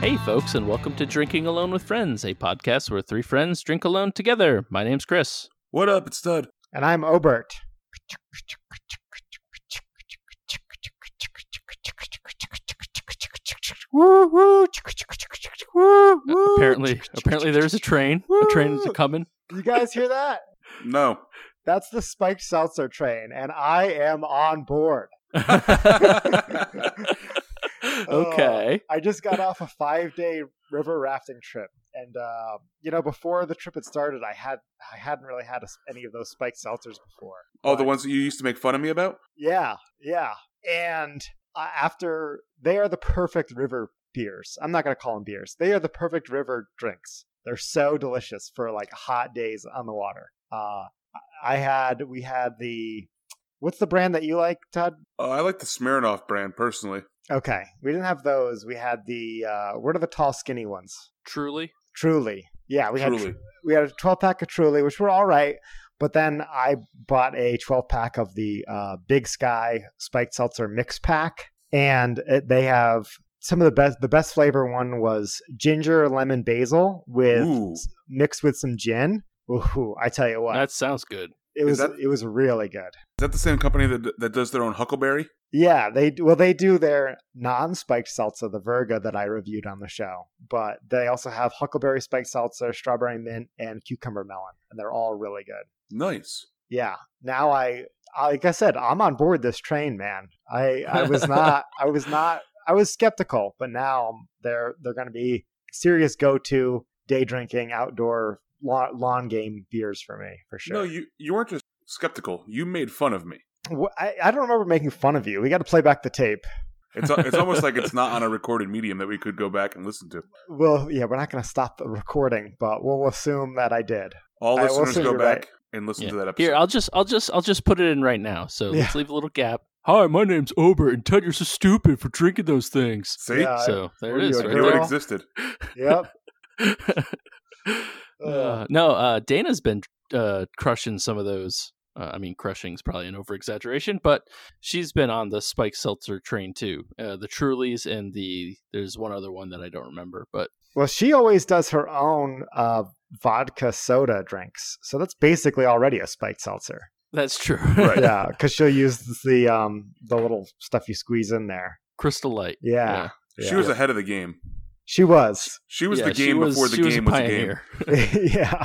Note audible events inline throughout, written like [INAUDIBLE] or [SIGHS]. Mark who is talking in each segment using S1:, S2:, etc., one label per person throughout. S1: Hey, folks, and welcome to Drinking Alone with Friends, a podcast where three friends drink alone together. My name's Chris.
S2: What up? It's Stud.
S3: And I'm Obert. Woo woo woo woo. [LAUGHS]
S1: Apparently, apparently there's a train. A train is coming. [LAUGHS]
S3: You guys hear that?
S2: No.
S3: That's the spiked seltzer train, and I am on board.
S1: okay.
S3: I just got off a five day river rafting trip, and uh, you know, before the trip had started, I had I hadn't really had a, any of those spiked seltzers before.
S2: Oh, the
S3: But-
S2: ones that you used to make fun of me about?
S3: Yeah, yeah. And uh, after they are the perfect river beers. I'm not going to call them beers. They are the perfect river drinks. They're so delicious for like hot days on the water. Uh, I had we had the what's the brand that you like, Todd?
S2: Uh, I like the Smirnoff brand personally.
S3: Okay, we didn't have those. We had the uh, what are the tall, skinny ones?
S1: Truly.
S3: Truly, yeah. We had
S2: Truly.
S3: we had a 12 pack of Truly, which were all right. But then I bought a 12 pack of the uh, Big Sky Spiked Seltzer Mix Pack, and it, they have some of the best. The best flavor one was ginger lemon basil with
S2: Ooh.
S3: mixed with some gin. Ooh, I tell you what,
S1: That sounds good.
S3: it
S2: is
S3: was
S2: that-
S3: it was really good.
S2: Is that the same company that that does their own Huckleberry?
S3: Yeah, they do- well they do their non-spiked seltzer, the Verga that I reviewed on the show, but they also have huckleberry spiked seltzer, strawberry mint, and cucumber melon, and they're all really good.
S2: Nice.
S3: yeah now i I- like i said i'm on board this train man i i was not i was not i was skeptical but now they're they're going to be serious go-to day drinking outdoor lawn, lawn game beers for me for sure
S2: No, you you weren't just skeptical. You made fun of me.
S3: Wh- I, I don't remember making fun of you we got to play back the tape
S2: It's al- it's almost like it's not on a recorded medium that we could go back and listen to.
S3: well yeah we're not going to stop the recording but we'll assume that i did
S2: All
S3: I will
S2: listeners
S3: say
S2: go
S3: you're
S2: back
S3: right.
S2: and listen
S1: Yeah.
S2: to that episode.
S1: Here, I'll just, I'll just, I'll just put it in right now. So
S3: Yeah.
S1: let's leave a little gap. Hi, my name's Ober, and Ted, you're so stupid for drinking those things.
S2: See,
S3: Yeah. I-
S1: so there
S3: Uh, were
S1: it
S3: you
S1: is.
S3: a
S1: Right
S2: I knew it
S3: girl?
S2: existed.
S3: yep [LAUGHS]
S1: there.
S3: Ugh.
S1: Uh, no, uh, Dana's been uh, crushing some of those. Uh, I mean, crushing's probably an over exaggeration, but she's been on the Spike Seltzer train too. Uh, the Trulies and the there's one other one that I don't remember, but
S3: well she always does her own uh vodka soda drinks so that's basically already a spiked seltzer
S1: that's true.
S2: Right.
S3: yeah, because she'll use the um the little stuff you squeeze in there.
S1: [LAUGHS] Crystal Light.
S3: Yeah,
S1: Yeah.
S2: She
S3: Yeah.
S2: was ahead of the game.
S3: she was. [LAUGHS]
S2: She was
S1: Yeah,
S2: the
S1: she
S2: game
S1: was-
S2: before the
S1: she
S2: game was
S1: a
S2: the game.
S1: pioneer.
S3: yeah,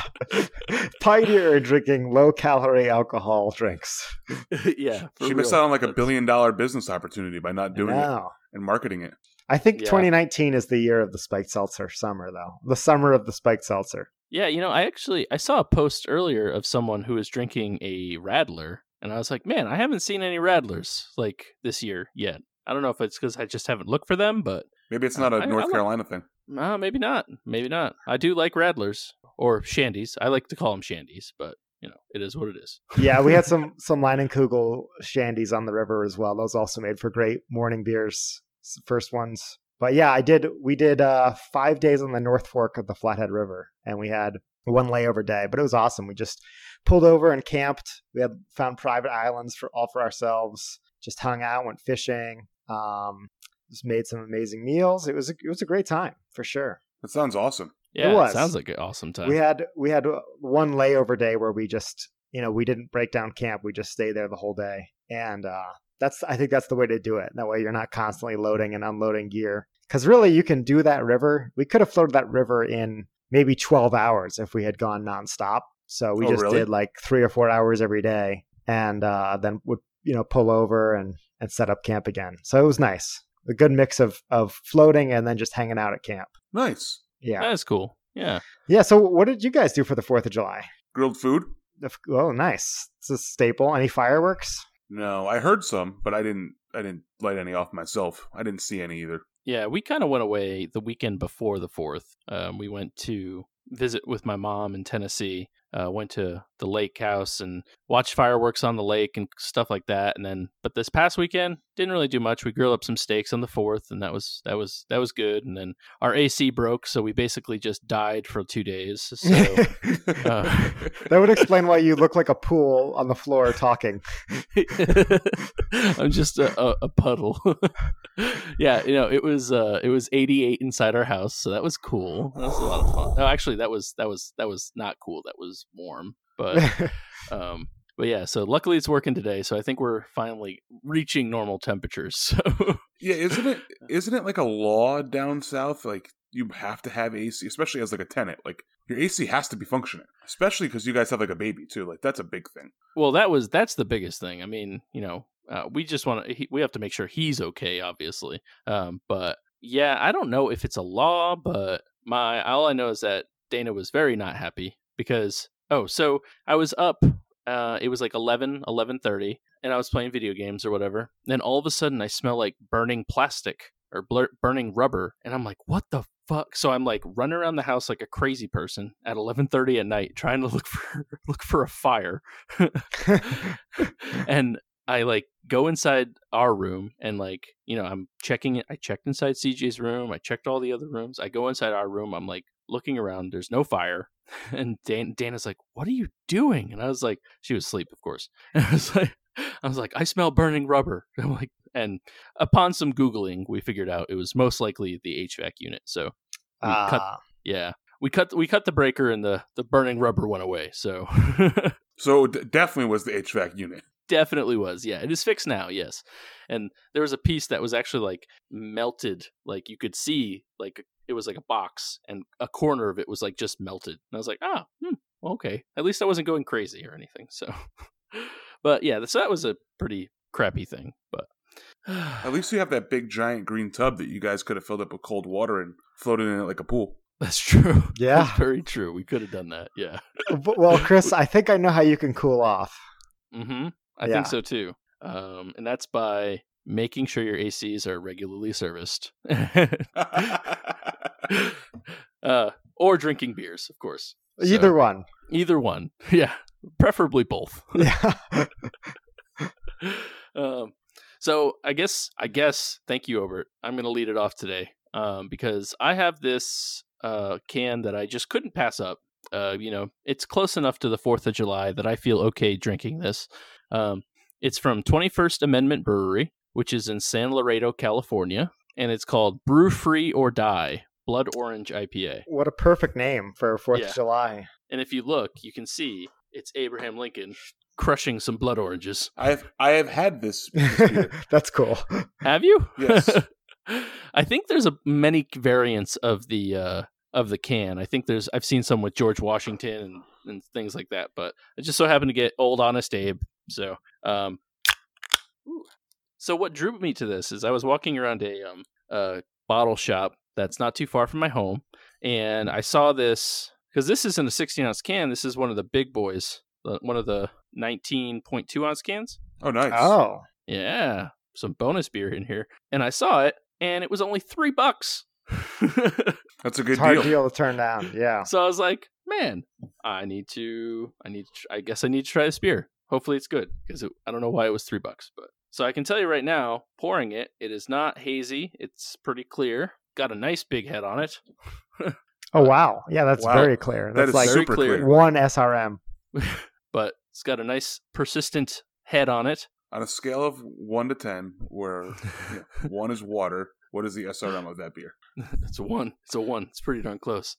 S3: pioneer in drinking low calorie alcohol drinks.
S2: [LAUGHS]
S1: [LAUGHS] yeah, for
S2: She missed
S1: real.
S2: out on like a
S1: That's-
S2: billion dollar business opportunity by not doing it
S3: Wow.
S2: and marketing it.
S3: I think
S1: Yeah.
S3: 2019 is the year of the spiked seltzer summer, though. The summer of the spiked seltzer.
S1: Yeah, you know, I actually I saw a post earlier of someone who was drinking a Radler, and I was like, man, I haven't seen any Radlers like this year yet. I don't know if it's because I just haven't looked for them, but
S2: Maybe it's not a
S1: Uh, I- I
S2: North
S1: like-
S2: Carolina thing.
S1: No, Uh, maybe not. Maybe not. I do like Radlers or Shandies. I like to call them Shandies, but you know, it is what it is.
S3: Yeah, we had some some Leinenkugel shandies on the river as well. Those also made for great morning beers, s- first ones. But yeah, I did. We did uh, five days on the North Fork of the Flathead River, and we had one layover day. But it was awesome. We just pulled over and camped. We had found private islands for all for ourselves. Just hung out, went fishing. Um, just made some amazing meals. It was a, it was a great time for sure.
S2: That sounds awesome.
S1: Yeah,
S3: was.
S1: sounds like an awesome time.
S3: We had we had uh, one layover day where we just you know we didn't break down camp. We just stayed there the whole day, and uh, that's I think that's the way to do it. That way you're not constantly loading and unloading gear because really you can do that river. We could have floated that river in maybe 12 hours if we had gone nonstop. So we
S2: Oh,
S3: just
S2: really?
S3: did like three or four hours every day, and uh, then would you know pull over and and set up camp again. So it was nice, a good mix of of floating and then just hanging out at camp.
S2: Nice.
S3: Yeah,
S1: That is cool. Yeah.
S3: yeah. So what did you guys do for the Fourth of July?
S2: Grilled food?
S3: Of- Oh, nice. It's a staple.
S2: [LAUGHS]
S3: Any fireworks?
S2: No, I heard some, but I didn't. I didn't light any off myself. I didn't see any either.
S1: Yeah, we kind of went away the weekend before the 4th. Um, we went to visit with my mom in Tennessee uh, went to the lake house and watched fireworks on the lake and stuff like that. And then, but this past weekend didn't really do much. We grilled up some steaks on the fourth, and that was that was that was good. And then our AC broke, so we basically just died for two days.
S3: [LAUGHS]
S1: So
S2: [LAUGHS]
S1: uh,
S3: that would explain why you look like a pool on the floor
S2: [LAUGHS]
S3: talking.
S1: [LAUGHS] I'm just a, a, a puddle. [LAUGHS] yeah, you know, it was uh, it was 88 inside our house, so that was cool. That was a lot of fun. No, actually, that was that was that was not cool. That was warm,
S3: [LAUGHS]
S1: but um, but yeah. So luckily, it's working today. So I think we're finally reaching normal temperatures. [LAUGHS] So
S2: yeah, isn't it? Isn't it like a law down south? Like you have to have AC, especially as like a tenant. Like your AC has to be functioning, especially because you guys have like a baby too. Like that's a big thing.
S1: well, that was that's the biggest thing. I mean, you know, uh, we just want to we have to make sure he's okay, obviously. Um, but yeah, I don't know if it's a law, but my all I know is that Dana was very not happy because oh, so I was up. Uh, it was like 11 11.30 and i was playing video games or whatever and then all of a sudden i smell like burning plastic or blur- burning rubber and i'm like what the fuck so i'm like running around the house like a crazy person at 11.30 at night trying to look [LAUGHS] for look for a fire [LAUGHS] and i like go inside our room and like you know i'm checking it i checked inside cj's room i checked all the other rooms i go inside our room i'm like looking around there's no fire [LAUGHS] and Dan, dana's like what are you doing and i was like she was asleep of course [LAUGHS] and i was like i was like i smell burning rubber [LAUGHS] i'm like and upon some googling we figured out it was most likely the hvac unit so We cut-
S3: Ah.
S1: yeah we cut we cut the breaker and the the burning rubber went away so [LAUGHS]
S2: So d- definitely was the HVAC unit.
S1: definitely was yeah it is fixed now yes and there was a piece that was actually like melted like you could see like it was like a box and a corner of it was like just melted and i was like ah hmm, okay at least i wasn't going crazy or anything so [LAUGHS] but yeah so that was a pretty crappy thing but
S2: At least you have that big giant green tub that you guys could have filled up with cold water and floated in it like a pool.
S1: [SIGHS]
S2: [LAUGHS]
S1: that's true
S3: Yeah.
S1: That's very true we could have done that yeah
S3: B-
S2: [LAUGHS]
S3: well, Chris, I think I know how you can cool off.
S1: Mm-hmm. I
S3: Yeah.
S1: think so too. Um, and that's by making sure your ACs are regularly serviced, [LAUGHS] uh, or drinking beers, of course. So,
S2: [LAUGHS]
S3: Either one. [LAUGHS]
S1: either one, [LAUGHS] yeah, preferably both.
S3: Yeah.
S1: um, so I guess I guess thank you, Obert. I'm going to lead it off today um, because I have this uh, can that I just couldn't pass up. Uh, you know, it's close enough to the Fourth of July that I feel okay drinking this. Um, it's from 21st Amendment Brewery, which is in San Laredo, California, and it's called Brew Free or Die Blood Orange IPA.
S3: what a perfect name for Fourth
S1: Yeah.
S3: of July.
S1: And if you look, you can see it's Abraham Lincoln crushing some blood oranges.
S2: I have I have had this.
S3: [LAUGHS]
S2: this beer.
S3: That's cool.
S1: Have you?
S2: Yes.
S1: [LAUGHS] I think there's a many variants of the uh, of the can. I think there's I've seen some with George Washington and, and things like that, but I just so happened to get old honest Abe. So um ooh. so what drew me to this is I was walking around a um a bottle shop that's not too far from my home and I saw this because this isn't a 16 ounce can. This is one of the big boys, the- one of the 19.2 ounce cans.
S2: Oh, nice.
S3: Oh,
S1: Yeah, some bonus beer in here. And I saw it, and it was only three bucks. [LAUGHS]
S2: That's a
S3: it's
S2: good
S3: a hard
S2: deal. Uh,
S3: deal. to turn down. Yeah.
S1: so I was like, man, I need to, I need, to, tr- I guess I need to try this beer. Hopefully it's good because it, I don't know why it was three bucks, but so I can tell you right now, pouring it, it is not hazy. It's pretty clear. Got a nice big head on it.
S3: Oh wow. Yeah, that's
S2: Wow.
S3: very clear.
S2: That
S3: That's
S2: is
S3: like
S1: very
S2: super
S1: clear.
S2: clear.
S3: one SRM.
S1: but it's got a nice persistent head on it.
S2: On a scale of one to ten, where you
S1: [LAUGHS]
S2: know, one is water, what is the SRM of that beer?
S1: It's a one. It's a one. It's pretty darn close.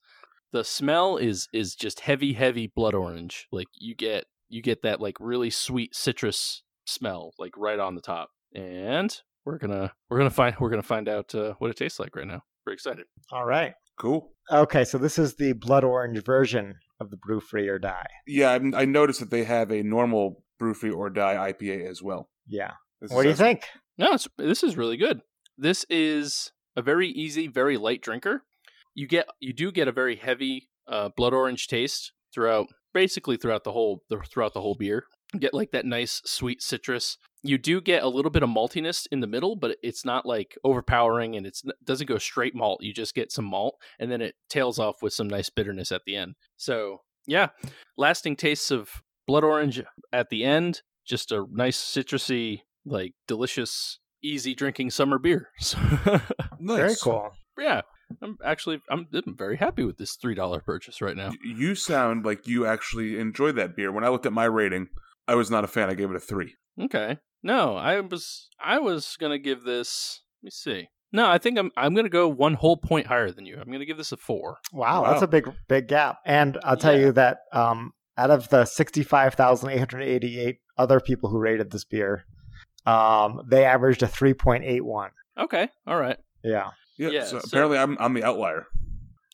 S1: The smell is is just heavy, heavy blood orange. Like you get you get that like really sweet citrus smell like right on the top. And we're gonna we're gonna find we're gonna find out uh, what it tastes like right now. We're excited.
S3: All right.
S2: Cool.
S3: Okay, so this is the blood orange version of the brew free or die.
S2: Yeah, I'm, I noticed that they have a normal brew free or die IPA as well.
S3: Yeah.
S2: This
S3: What
S2: is
S3: do you
S2: actually-
S3: think?
S1: No, it's, this is really good. This is a very easy, very light drinker. You get you do get a very heavy uh, blood orange taste throughout, basically throughout the whole throughout the whole beer. You get like that nice sweet citrus. You do get a little bit of maltiness in the middle, but it's not like overpowering, and it's it doesn't go straight malt. You just get some malt, and then it tails off with some nice bitterness at the end. So yeah, lasting tastes of blood orange at the end. Just a nice citrusy, like delicious, easy drinking summer beer. [LAUGHS] So,
S2: Nice.
S3: Very cool.
S1: yeah, I'm actually I'm, I'm very happy with this three dollar purchase right now.
S2: Y- You sound like you actually enjoyed that beer. When I looked at my rating, I was not a fan. I gave it a three.
S1: Okay. No, I was I was gonna give this. Let me see. No, I think I'm I'm gonna go one whole point higher than you. I'm gonna give this a four.
S3: Wow,
S2: Wow.
S3: that's a big big gap. And I'll tell
S1: Yeah.
S3: you that um, out of the sixty five thousand eight hundred eighty eight other people who rated this beer, um, they averaged a three point eight one.
S1: Okay. All right.
S3: Yeah.
S2: Yeah.
S1: Yeah,
S2: so
S1: so-
S2: apparently, I'm I'm the outlier.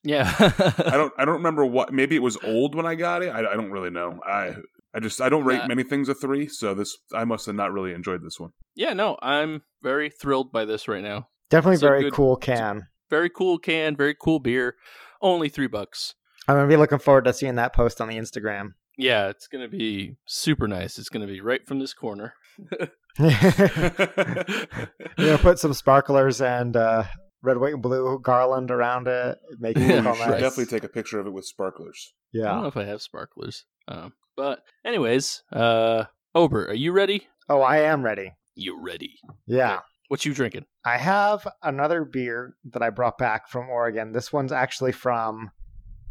S1: Yeah. [LAUGHS]
S2: I don't I don't remember what. Maybe it was old when I got it. I, I don't really know. I I just I don't rate
S1: Nah.
S2: many things a three. So this I must have not really enjoyed this one.
S1: yeah. No, I'm very thrilled by this right now.
S3: Definitely
S1: It's a
S3: very
S1: good-
S3: cool can.
S1: Very cool can. Very cool beer. Only three bucks.
S3: I'm gonna be looking forward to seeing that post on the Instagram. [LAUGHS]
S1: Yeah, it's gonna be super nice. It's gonna be right from this corner.
S2: [LAUGHS]
S3: You're gonna
S1: yeah.
S3: put some sparklers and uh, red, white, and blue garland around it, make
S2: Ooh,
S3: it
S2: you
S3: look
S2: should [LAUGHS]
S1: Yeah,
S3: all nice.
S2: definitely take Oh. a picture of it with sparklers.
S1: I don't
S3: yeah.
S1: know if I have sparklers. Um, but anyways, uh, Ober, are you ready?
S3: Oh, I am ready.
S1: You ready?
S3: Yeah.
S1: What you drinking?
S3: I have another beer that I brought back from Oregon. This one's actually from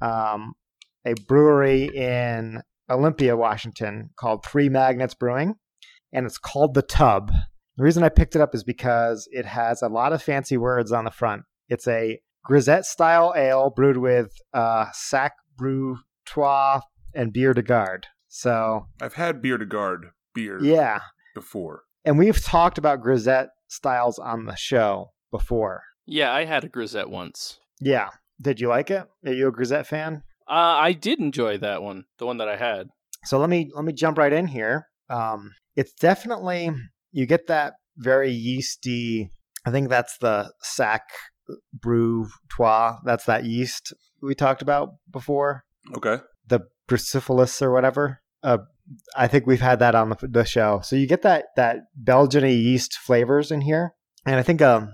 S3: um, a brewery in Olympia, Washington called Three Magnets Brewing, and it's called The Tub. The reason I picked it up is because it has a lot of fancy words on the front. It's a grisette style ale brewed with uh, Sac Brew Trois and Beer de Garde. So,
S2: I've had beer to guard beer
S3: yeah.
S2: before.
S3: And we've talked about grisette styles on the show before.
S1: Yeah, I had a grisette once.
S3: Yeah. Did you like it? Are you a Grisette fan?
S1: Uh, I did enjoy that one, the one that I had.
S3: So let me let me jump right in here. Um, it's definitely you get that very yeasty. I think that's the sac brew trois. That's that yeast we talked about before,
S2: Okay.
S3: the bruciferous or whatever. Uh, I think we've had that on the, the show. So you get that that Belgian yeast flavors in here, and I think um,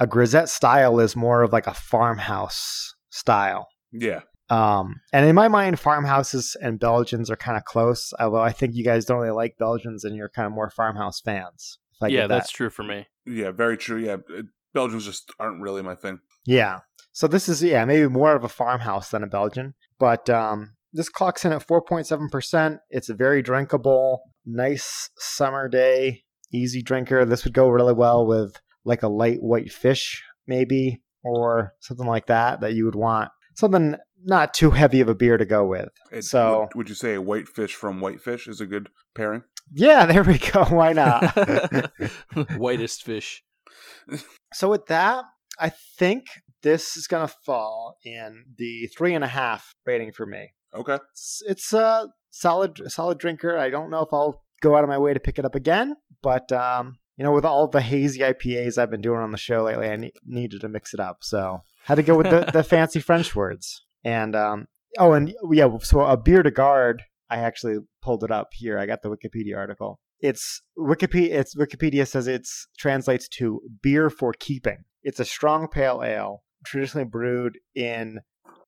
S3: a grisette style is more of like a farmhouse style.
S2: Yeah.
S3: Um, and in my mind, farmhouses and Belgians are kind of close, although I think you guys don't really like Belgians and you're kind of more farmhouse fans. If I get
S1: yeah,
S3: that.
S1: that's true for me.
S2: Yeah. Very true. Yeah. it- Belgians just aren't really my thing.
S3: Yeah. So this is, yeah, maybe more of a farmhouse than a Belgian, but um, this clocks in at 4.7%. It's a very drinkable, nice summer day, easy drinker. This would go really well with like a light white fish, maybe, or something like that that you would want. Something not too heavy of a beer to go with.
S2: It-
S3: So-
S2: would, would you say a whitefish from whitefish is a good pairing?
S3: Yeah, [LAUGHS] there we go. Why not?
S1: [LAUGHS] Whitest fish.
S3: So with that, I think this is gonna fall in the three and a half rating for me.
S2: Okay.
S3: It's, it's a solid, solid drinker. I don't know if I'll go out of my way to pick it up again, but um, you know, with all the hazy IPAs I've been doing on the show lately, I ne- needed to mix it up. So had to go with the, the fancy French words. And um, oh, and yeah, so a beer to guard. I actually pulled it up here. I got the Wikipedia article. It's Wikipedia. It's Wikipedia says it's translates to beer for keeping. It's a strong pale ale traditionally brewed in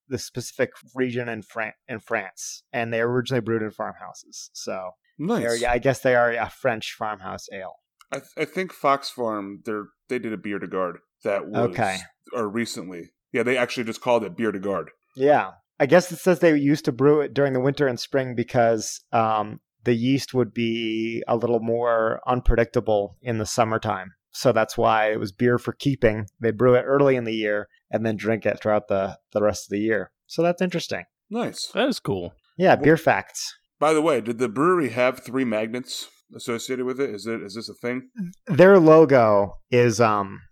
S3: the specific region in Fran- in France, and they were originally brewed in farmhouses. So
S2: Nice.
S3: they're- yeah, I guess they are a French farmhouse ale.
S2: I, I think Fox Farm they are they did a beer to guard that was
S3: Okay.
S2: or recently. Yeah, they actually just called it beer to guard.
S3: Yeah, I guess it says they used to brew it during the winter and spring because um, the yeast would be a little more unpredictable in the summertime. So that's why it was beer for keeping. They brew it early in the year and then drink it throughout the the rest of the year. So that's interesting.
S2: Nice.
S1: That is cool.
S3: Yeah,
S2: Wh-
S3: beer facts.
S2: By the way, did the brewery have three magnets associated with it? Is it is this a thing?
S3: their logo is um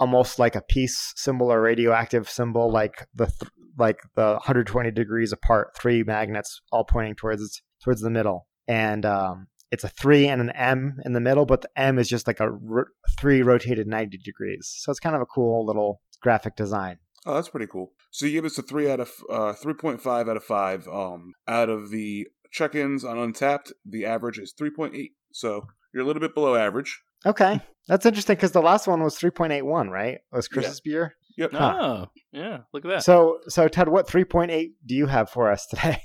S3: almost like a peace symbol or radioactive symbol like the th- like the 120 degrees apart three magnets all pointing towards towards the middle and um it's a three and an M in the middle, but the M is just like a ro- three rotated 90 degrees. So it's kind of a cool little graphic design.
S2: Oh, that's pretty cool. So you give us a three out of uh, three point five out of five. Um, out of the check-ins on Untapped, the average is three point eight. So you're a little bit below average.
S1: Hmm.
S3: Okay. That's interesting because the last one was 3.81, right? It was Chris's beer.
S2: Yep.
S1: Oh, yeah. Look at that.
S3: So, so Ted, what 3.8 do you have for us today?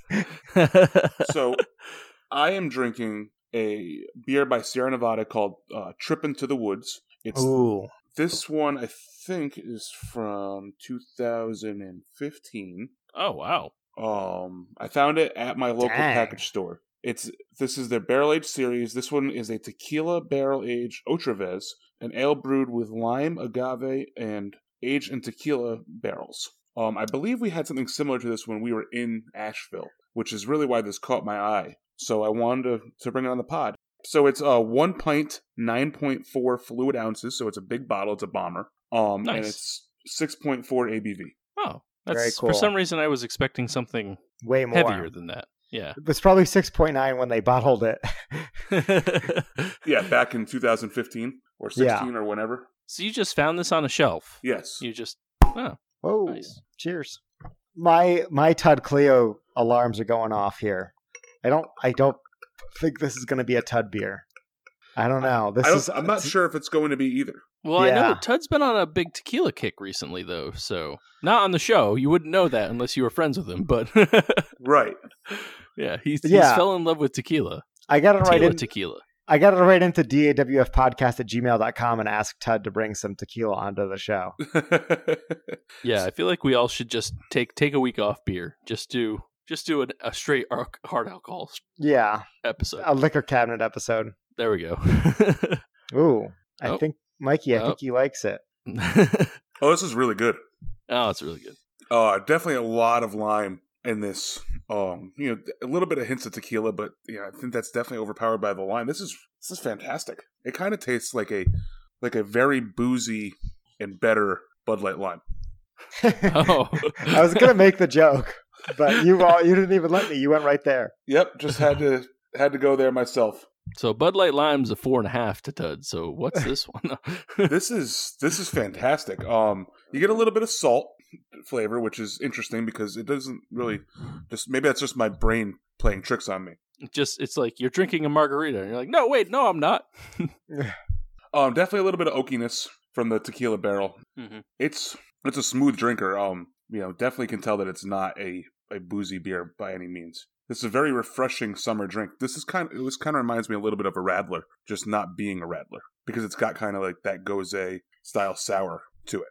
S3: [LAUGHS]
S2: so I am drinking a beer by Sierra Nevada called uh, Trippin' to the Woods. It's
S3: Ooh,
S2: this one I think is from 2015.
S1: [LAUGHS] oh, wow.
S2: Um, I found it at my local
S3: Dang.
S2: package store. It's this is their barrel aged series. This one is a tequila barrel aged Otravez, an ale brewed with lime, agave, and aged in tequila barrels. Um, I believe we had something similar to this when we were in Asheville, which is really why this caught my eye. So I wanted to, to bring it on the pod. So it's uh one pint, nine point four fluid ounces. So it's a big bottle. It's a bomber. Um, and
S1: Nice.
S2: it's six point four ABV.
S1: Oh, that's
S3: Very
S1: for
S3: cool.
S1: some reason I was expecting something
S3: way more.
S1: heavier than that. Yeah.
S3: It was probably 6.9 when they bottled it. [LAUGHS]
S2: Yeah,
S1: [LAUGHS]
S2: back in 2015 or 16
S3: Yeah.
S2: or whenever.
S1: so you just found this on a shelf.
S2: Yes.
S1: You just
S3: Whoa.
S1: Nice.
S3: Cheers. My my Tud Cleo alarms are going off here. I don't I don't think this is going to be a Tud beer. I don't know. This
S2: I don't,
S3: is uh,
S2: I'm not sure if it's going to be either.
S1: well, I know
S3: Yeah.
S1: Tud's been on a big tequila kick recently, though. So not on the show. You wouldn't know that unless you were friends with him. But [LAUGHS]
S2: [LAUGHS] Right.
S1: yeah, he's, he's
S3: Yeah.
S1: fell in love with tequila.
S3: I got to
S1: Tequila,
S3: write in,
S1: tequila.
S3: I got to write into dawfpodcast at gmail.com and ask Tud to bring some tequila onto
S2: [LAUGHS]
S3: the show.
S1: Yeah, I feel like we all should just take take a week off beer. Just do just do an, a straight al- hard alcohol s-
S3: Yeah,
S1: episode.
S3: a liquor cabinet episode.
S1: There we go. [LAUGHS]
S3: Ooh, I
S1: Oh.
S3: think Mikey, I
S1: Oh.
S3: think he likes it. [LAUGHS]
S2: oh, this is really good.
S1: oh, it's really good. [LAUGHS]
S2: Uh, definitely a lot of lime in this. Um, you know, a little bit of hints of tequila, but you know, I think that's definitely overpowered by the lime. This is this is fantastic. It kind of tastes like a like a very boozy and better Bud Light lime.
S1: Oh,
S3: I was going to make the joke,
S1: [LAUGHS]
S3: but you all you didn't even let me. You went right there.
S2: Yep, just had to had to go there myself.
S1: So Bud Light Lime's a four and a half to Tud. So what's this one? [LAUGHS]
S2: this is this is fantastic. Um, you get a little bit of salt flavor, which is interesting because it doesn't really just maybe that's just my brain playing tricks on me.
S1: Just it's like you're drinking a margarita and you're like, no, wait, no, I'm not.
S2: Um, definitely a little bit of oakiness from the tequila barrel.
S1: Mhm.
S2: It's it's a smooth drinker. Um, you know, definitely can tell that it's not a a boozy beer by any means. This is a very refreshing summer drink. This is kind of it was kind of reminds me a little bit of a Radler, just not being a Radler because it's got kind of like that Gose style sour to it.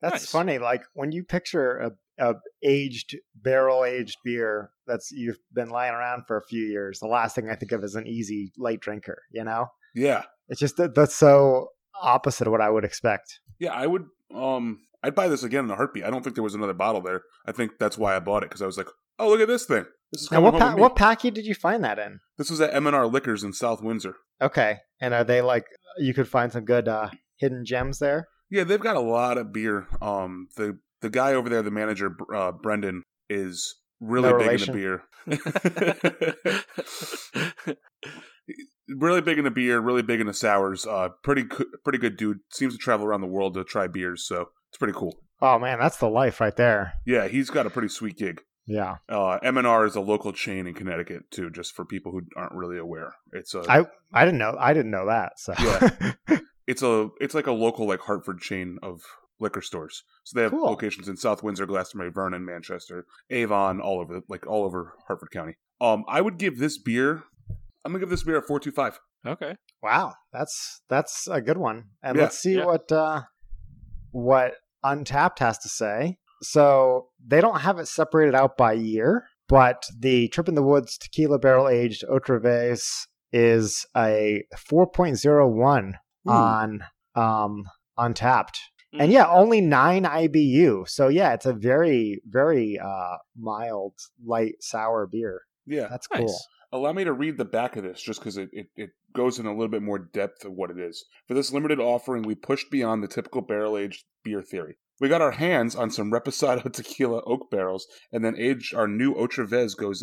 S3: That's
S1: Nice.
S3: funny. Like when you picture a, a aged barrel aged beer that's you've been lying around for a few years, the last thing I think of is an easy light drinker. You know,
S2: Yeah,
S3: it's just that that's so opposite of what I would expect.
S2: Yeah, I would. Um, I'd buy this again in a heartbeat. I don't think there was another bottle there. I think that's why I bought it because I was like, "Oh, look at this thing! This is
S3: Now,
S2: coming
S3: what
S2: home
S3: pa-
S2: with me."
S3: what packy did you find that in?
S2: This was at M and R Liquors in South Windsor.
S3: Okay, and are they like you could find some good uh, hidden gems there?
S2: Yeah, they've got a lot of beer. Um, the the guy over there, the manager Br- uh, Brendan, is really
S3: No
S2: big
S3: relation?
S2: into beer.
S3: [LAUGHS]
S2: [LAUGHS] really big into beer. Really big into sours. Uh, pretty co- pretty good dude. Seems to travel around the world to try beers, so it's pretty cool.
S3: Oh man, that's the life right there.
S2: Yeah, he's got a pretty sweet gig.
S3: Yeah,
S2: Uh, M&R is a local chain in Connecticut too, just for people who aren't really aware. It's a
S3: I- I didn't know I didn't know that. So [LAUGHS]
S2: it's a it's like a local like Hartford chain of liquor stores. So they have
S3: Cool.
S2: locations in South Windsor, Glastonbury, Vernon, Manchester, Avon, all over like all over Hartford County. Um, I would give this beer. I'm gonna give this beer a four two five.
S1: okay.
S3: Wow, that's that's a good one. And
S2: Yeah,
S3: let's see
S1: yeah.
S3: what uh, what Untapped has to say. So they don't have it separated out by year, but the Trip in the Woods Tequila Barrel Aged Otravez is a 4.01
S1: Hmm.
S3: on um, Untapped. And
S1: Mm.
S3: yeah, only nine IBU. So yeah, it's a very, very uh, mild, light, sour beer.
S2: Yeah,
S3: That's
S1: Nice.
S3: cool.
S2: Allow me to read the back of this just because it, it, it goes in a little bit more depth of what it is. For this limited offering, we pushed beyond the typical barrel aged beer theory. We got our hands on some Reposado [LAUGHS] tequila oak barrels and then aged our new Otravez Gose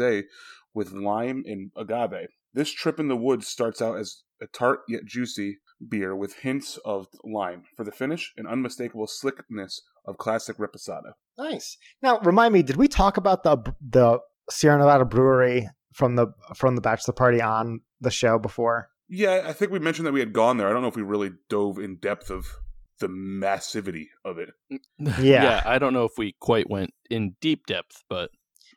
S2: with lime and agave. This trip in the woods starts out as a tart yet juicy beer with hints of lime. For the finish, an unmistakable slickness of classic Reposado.
S3: Nice. Now, remind me, did we talk about the the Sierra Nevada Brewery from the from the bachelor party on the show before?
S2: Yeah, I think we mentioned that we had gone there. I don't know if we really dove in depth of the massivity of it.
S1: yeah, I don't know if we quite went in deep depth, but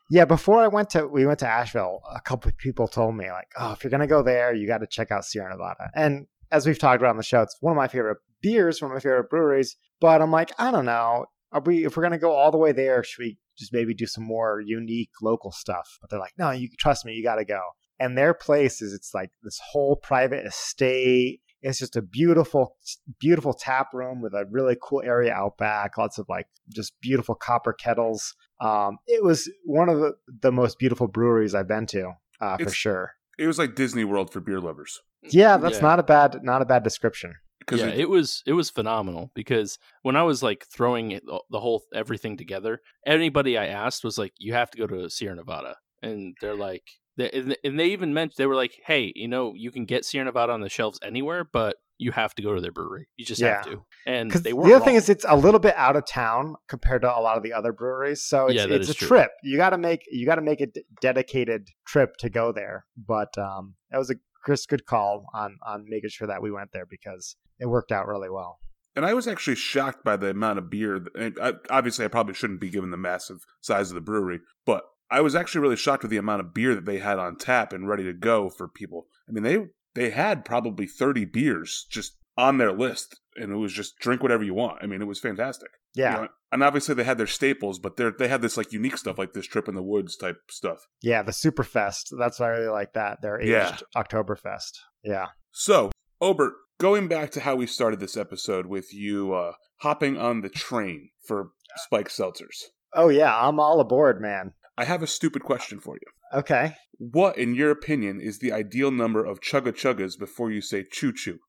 S3: Yeah, before I went to we went to Asheville, a couple of people told me like, "Oh, if you're gonna go there, you got to check out Sierra Nevada." And as we've talked about on the show, it's one of my favorite beers, one of my favorite breweries. But I'm like, I don't know, are we if we're gonna go all the way there, should we just maybe do some more unique local stuff? But they're like, "No, you trust me, you got to go." And their place is it's like this whole private estate. It's just a beautiful, beautiful tap room with a really cool area out back. Lots of like just beautiful copper kettles. Um, it was one of the, the most beautiful breweries I've been to, uh, for
S2: It's-
S3: sure.
S2: It was like Disney World for beer lovers
S3: Yeah, that's
S1: Yeah.
S3: not a bad not a bad description.
S2: because
S1: yeah,
S2: it,
S1: it, was it was phenomenal because when I was like throwing it, the whole everything together, anybody I asked was like, "You have to go to Sierra Nevada," and they're like, they, and- and they even mentioned they were like, "Hey, you know, you can get Sierra Nevada on the shelves anywhere, but you have to go to their brewery. You just have
S3: Yeah.
S1: to." And
S3: Because
S1: they
S3: the
S1: were.
S3: other thing is, it's a little bit out of town compared to a lot of the other breweries, so it's,
S1: Yeah, that is
S3: it's a
S1: true.
S3: trip. You got to make you got to make a d- dedicated trip to go there. But um, that was a Chris good call on on making sure that we went there because it worked out really well.
S2: and I was actually shocked by the amount of beer. that- And I, obviously, I probably shouldn't be given the massive size of the brewery, but I was actually really shocked with the amount of beer that they had on tap and ready to go for people. I mean, they they had probably thirty beers just on their list, and it was just drink whatever you want. I mean, it was fantastic.
S3: Yeah,
S2: You know, and obviously they had their staples, but they they had this like unique stuff, like this trip in the woods type stuff.
S3: yeah, the Superfest. That's why I really like that. Their aged
S2: Yeah.
S3: Oktoberfest. Yeah,
S2: So, Obert, going back to how we started this episode with you uh, hopping on the train for Spike Seltzers,
S3: Oh yeah, I'm all aboard, man.
S2: I have a stupid question for you.
S3: Okay.
S2: What, in your opinion, is the ideal number of chugga chuggas before you say choo choo?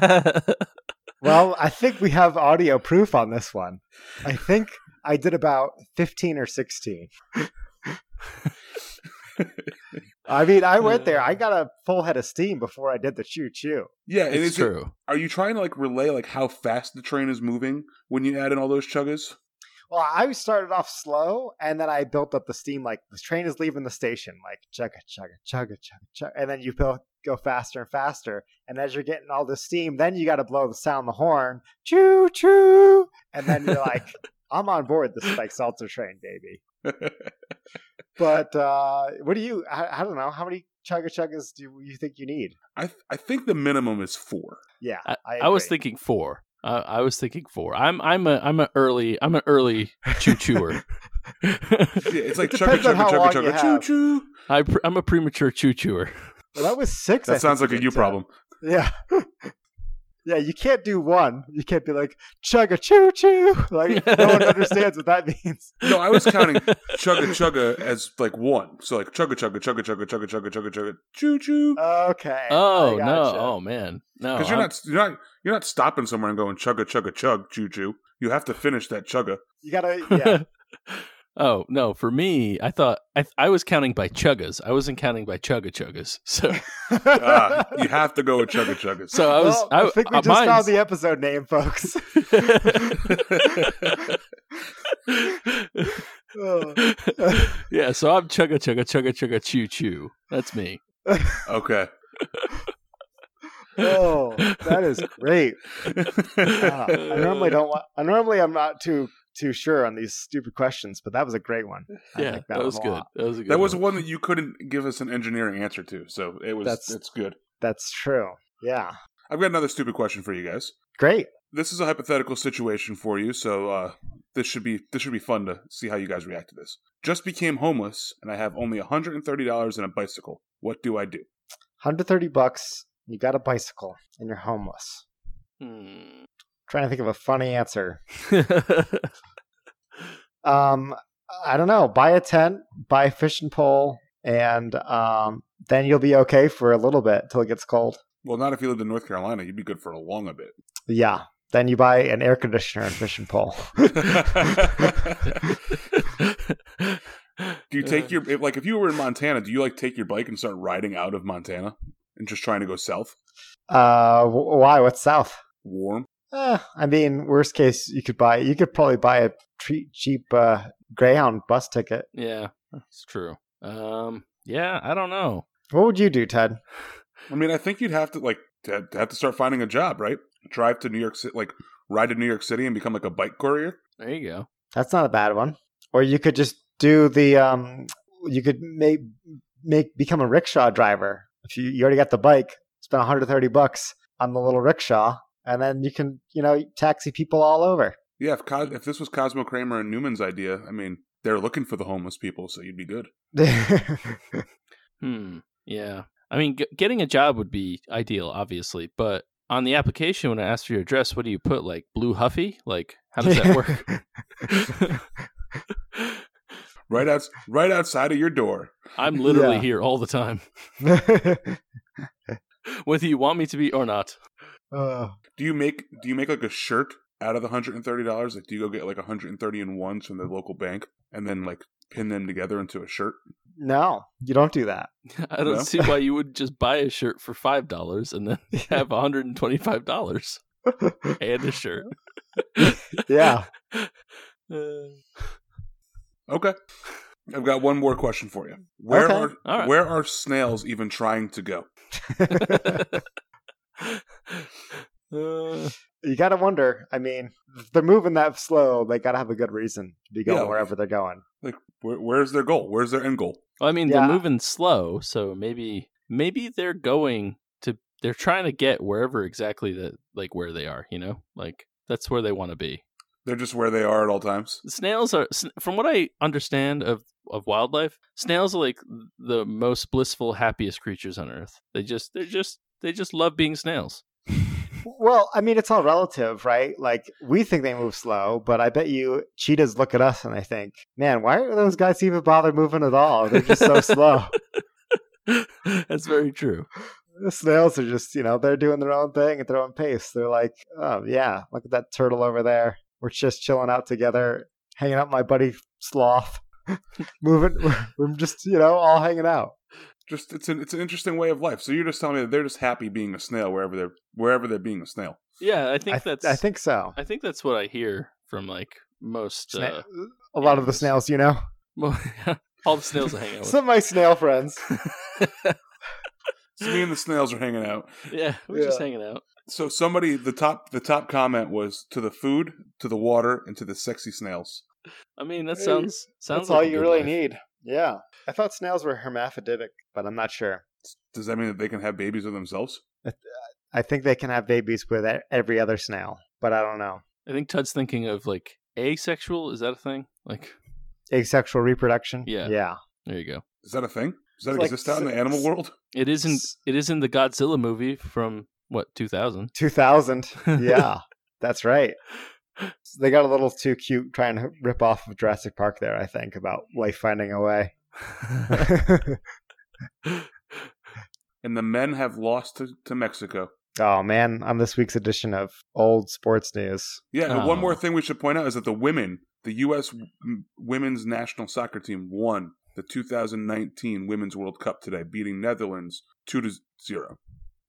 S1: [LAUGHS]
S3: Well, I think we have audio proof on this one. I think I did about 15 or 16. I mean, I went there. I got a full head of steam before I did the choo choo.
S2: Yeah, and
S1: it's
S2: is it-
S1: true.
S2: are you trying to like relay like how fast the train is moving when you add in all those chuggas? [LAUGHS]
S3: Well, I started off slow and then I built up the steam like the train is leaving the station, like chugga, chugga, chugga, chugga, chugga. And then you build, go faster and faster. And as you're getting all the steam, then you got to blow the sound the horn, choo choo. And then you're like, I'm on board the Spike Seltzer train, baby. But uh, what do you? I, I don't know. How many chugga chuggas do you think you need?
S2: I th- I think the minimum is four.
S3: Yeah,
S1: I was
S3: agree.
S1: thinking four. I I was thinking four. I'm I'm a I'm a early I'm an
S3: [LAUGHS]
S1: early choo chooer.
S2: Yeah, it's like
S3: It
S2: chugga
S3: depends
S2: chugga
S3: on how
S2: chugga
S3: long you
S2: chugga choo
S3: have.
S2: choo.
S1: [LAUGHS] I pr- I'm a premature choo
S3: [LAUGHS]
S1: chooer.
S3: Well, that was six. I
S2: That
S3: think
S2: sounds like a
S3: did,
S2: you
S3: uh,
S2: problem.
S3: Yeah, [LAUGHS] yeah. You can't do one. You can't be like chugga choo choo. [LAUGHS] Like no
S1: [LAUGHS]
S3: one understands what that [LAUGHS] means.
S2: No, I was counting chugga chugga as like one. So like chugga chugga chugga chugga chugga chugga chugga chugga choo choo.
S3: Okay.
S1: Oh
S3: I
S1: no!
S3: gotcha.
S1: Oh man! No,
S2: Because you're
S1: I'm-
S2: not you're not you're not stopping somewhere and going chugga chugga chug choo choo. You have to finish that chugga.
S3: You gotta.
S1: [LAUGHS]
S3: Yeah.
S1: oh no! For me, I thought I I was counting by chuggas. I wasn't counting by chugga chuggas. [LAUGHS] So
S2: Ah, you have to go with chugga chuggas.
S1: so I was.
S3: Well,
S1: I,
S3: I think we
S1: uh,
S3: just found the episode name, folks. [LAUGHS]
S1: mine's-
S3: Oh.
S1: [LAUGHS] yeah, so I'm chugga chugga chugga chugga choo choo. That's me.
S2: Okay.
S3: oh, that is great. Ah, [LAUGHS] I normally don't want. I normally I'm not too too sure on these stupid questions, but that was a great one.
S1: [LAUGHS]
S3: I
S1: Yeah,
S3: like
S1: that
S3: one
S1: was
S3: a
S1: good.
S3: lot.
S1: That was a good.
S2: That was
S1: one.
S2: one that you couldn't give us an engineering answer to, so it was
S3: That's-
S2: it's good.
S3: That's true. Yeah,
S2: I've got another stupid question for you guys.
S3: great.
S2: This is a hypothetical situation for you, so uh, this should be this should be fun to see how you guys react to this. Just became homeless, and I have only $130 and a bicycle. What do I do?
S3: 130 bucks. You got a bicycle and you're homeless.
S1: Hmm. [LAUGHS]
S3: trying to think of a funny answer. Um, I don't know. Buy a tent, buy a fishing pole, and um, then you'll be okay for a little bit till it gets cold.
S2: Well, not if you lived in North Carolina. You'd be good for a long a bit.
S3: Yeah. Then you buy an air conditioner and fishing pole. [LAUGHS]
S2: do you take your if, like if you were in Montana? Do you like take your bike and start riding out of Montana and just trying to go south?
S3: Uh, wh- why? What's south?
S2: Warm.
S3: Eh, I mean, worst case, you could buy you could probably buy a tre- cheap uh, Greyhound bus ticket.
S1: Yeah, it's true. Um, yeah, I don't know.
S3: What would you do, Ted?
S2: I mean, I think you'd have to like to, to have to start finding a job, right? Drive to New York City, like ride to New York City and become like a bike courier.
S1: There you go.
S3: That's not a bad one. Or you could just do the um you could make make become a rickshaw driver. If you, you already got the bike, spend 130 bucks on the little rickshaw and then you can, you know, taxi people all over.
S2: Yeah, if Cos- if this was Cosmo Kramer and Newman's idea, I mean, they're looking for the homeless people, so you'd be good.
S1: Hmm. Yeah. I mean, g- getting a job would be ideal, obviously, but on the application when it asks for your address, what do you put? Like blue huffy? Like how
S3: [LAUGHS]
S1: does that work?
S2: Right out, right outside of your door.
S1: I'm literally
S3: Yeah.
S1: here all the time, whether you want me to be or not.
S3: [LAUGHS] Uh,
S2: Do you make do you make like a shirt out of the hundred and thirty dollars? Like, do you go get like a hundred and thirty and ones from the local bank and then like pin them together into a shirt?
S3: no, you don't do that.
S1: I don't
S2: No.
S1: see why you would just buy a shirt for five dollars and then have hundred and twenty-five dollars and a shirt.
S3: yeah.
S1: Uh,
S2: Okay. I've got one more question for you. Where
S3: Okay.
S2: are
S1: All right.
S2: where are snails even trying to go?
S1: uh,
S3: You got to wonder. I mean, if they're moving that slow, they got to have a good reason to be going
S2: Yeah.
S3: wherever they're going.
S2: Like, where, where's their goal? Where's their end goal?
S1: well, I mean,
S3: Yeah.
S1: they're moving slow, so maybe maybe they're going to they're trying to get wherever exactly that like where they are. You know, like that's where they want to be.
S2: They're just where they are at all times.
S1: snails are sn- from what i understand of of wildlife snails are like the most blissful happiest creatures on earth they just they're just they just love being snails [LAUGHS]
S3: Well, I mean, it's all relative, right? Like, we think they move slow, but I bet you cheetahs look at us and they think, man, why are those guys even bother moving at all? They're just so slow.
S1: that's very true
S3: The snails are just, you know, they're doing their own thing at their own pace. They're like, oh, yeah, look at that turtle over there. We're just chilling out together, hanging out with my buddy Sloth. [LAUGHS] Moving, [LAUGHS] we're just, you know, all hanging out.
S2: Just it's an it's an interesting way of life. So you're just telling me that they're just happy being a snail wherever they're wherever they're being a snail.
S1: yeah i think
S3: I,
S1: that's
S3: I think so.
S1: i think that's what i hear from like most uh,
S3: Sna- a lot of the
S1: animals.
S3: snails, you know.
S1: mo- [LAUGHS] all the snails i hang out with
S3: Some of my
S1: [LAUGHS]
S3: snail friends.
S2: So me and the snails are hanging out.
S1: yeah we're just hanging out
S2: So somebody the top the top comment was to the food, to the water, and to the sexy snails.
S1: i mean that
S3: Hey,
S1: sounds sounds
S3: That's
S1: like
S3: all
S1: a
S3: you
S1: good
S3: really
S1: life.
S3: need. Yeah. I thought snails were hermaphroditic, but I'm not sure.
S2: Does that mean that they can have babies with themselves?
S3: I think they can have babies with e- every other snail, but I don't know.
S1: i think todd's thinking of like asexual is that a thing like
S3: Asexual reproduction?
S1: Yeah.
S3: Yeah.
S1: there you go
S2: Is that a thing? Does that
S3: It's like
S2: exist out in the
S3: s-
S2: animal
S3: s-
S2: world?
S1: it isn't
S3: S-
S1: it is in the godzilla movie from what 2000
S3: 2000.
S1: [LAUGHS]
S3: Yeah. that's right. They got a little too cute trying to rip off of Jurassic Park there, I think, about life finding
S1: [LAUGHS]
S3: a way. [LAUGHS]
S2: And the men have lost to, to Mexico.
S3: oh, man. On this week's edition of Old Sports News.
S2: Yeah, and one
S1: Oh.
S2: more thing we should point out is that the women, the U.S. w- women's national soccer team, won the 2019 Women's World Cup today, beating Netherlands two to zero.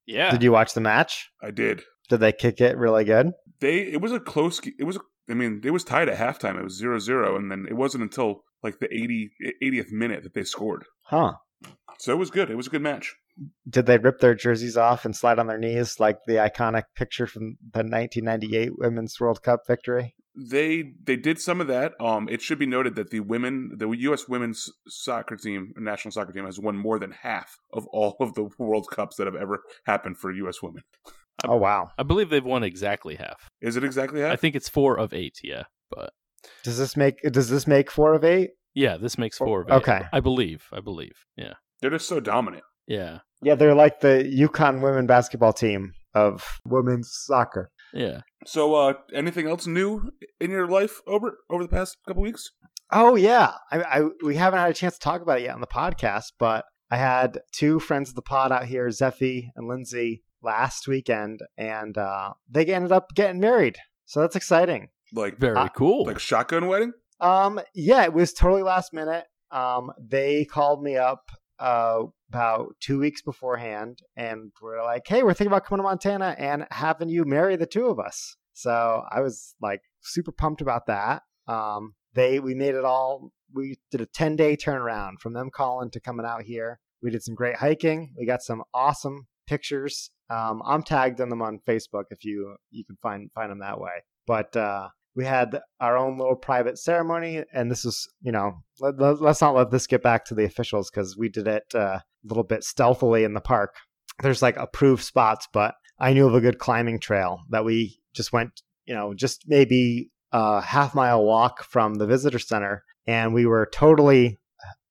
S1: yeah.
S3: Did you watch the match?
S2: I did.
S3: Did they kick it really good?
S2: They it was a close. g- It was. a- I mean, it was tied at halftime. It was zero zero, and then it wasn't until like the 80, 80th minute that they scored.
S3: Huh.
S2: So it was good. It was a good match.
S3: Did they rip their jerseys off and slide on their knees like the iconic picture from the 1998 Women's World Cup victory?
S2: they they did some of that. Um, it should be noted that the women, the U.S. women's soccer team, national soccer team, has won more than half of all of the [LAUGHS] World Cups that have ever happened for U.S. women.
S3: Oh, wow.
S1: I believe they've won exactly half.
S2: Is it exactly half?
S1: I think it's four of eight. Yeah, but
S3: Does this make does this make four of eight?
S1: yeah, this makes
S3: Four-
S1: four of eight.
S3: okay.
S1: I believe. I believe. Yeah,
S2: They're just so dominant.
S1: yeah,
S3: Yeah, they're like the Yukon women basketball team of women's soccer.
S1: yeah.
S2: So, uh, anything else new in your life over over the past couple weeks?
S3: Oh yeah, I, I we haven't had a chance to talk about it yet on the podcast, but I had two friends of the pod out here, Zeffy and Lindsay, last weekend, and uh, they ended up getting married. So that's exciting.
S2: Like
S1: Very
S3: Uh,
S1: cool.
S2: like shotgun wedding?
S3: Um, yeah, it was totally last minute. Um, they called me up uh, about two weeks beforehand and were like, "Hey, we're thinking about coming to Montana and having you marry the two of us." So I was like super pumped about that. Um, they we made it all. We did a ten day turnaround from them calling to coming out here. We did some great hiking. We got some awesome pictures. Um, I'm tagged in them on Facebook if you you can find find them that way. But uh, we had our own little private ceremony, and this is, you know, let, let, us not let this get back to the officials because we did it uh, a little bit stealthily in the park. There's like approved spots, but I knew of a good climbing trail that we just went, you know, just maybe a half mile walk from the visitor center, and we were totally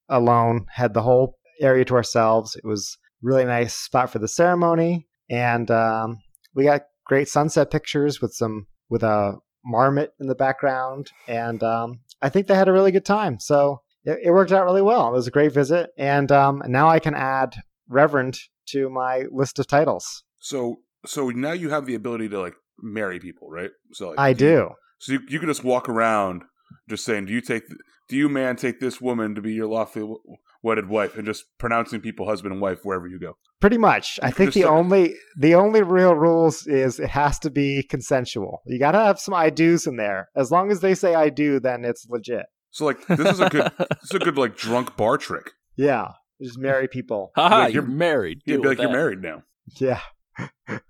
S3: uh, alone, had the whole area to ourselves. It was really nice spot for the ceremony, and um, we got great sunset pictures with some with a marmot in the background, and um, I think they had a really good time. So it, it worked out really well. It was a great visit, and um, now I can add Reverend to my list of titles.
S2: So so now you have the ability to like marry people, right? So like,
S3: I do.
S2: So you, you can just walk around, just saying, "Do you take? Do you man take this woman to be your lawful wedded wife?" And just pronouncing people husband and wife wherever you go.
S3: Pretty much. I think the
S2: Just-
S3: only the only real rules is it has to be consensual. You gotta have some I do's in there. As long as they say I do, then it's legit.
S2: So like this is a good
S3: [LAUGHS]
S1: [LAUGHS]
S2: this is a good like drunk bar trick.
S3: Yeah. Just marry people.
S2: Like,
S1: Haha,
S2: you're-
S1: you're married.
S2: You'd
S1: Deal
S2: be like
S1: with
S2: you're
S1: that.
S2: married now.
S3: Yeah. [LAUGHS]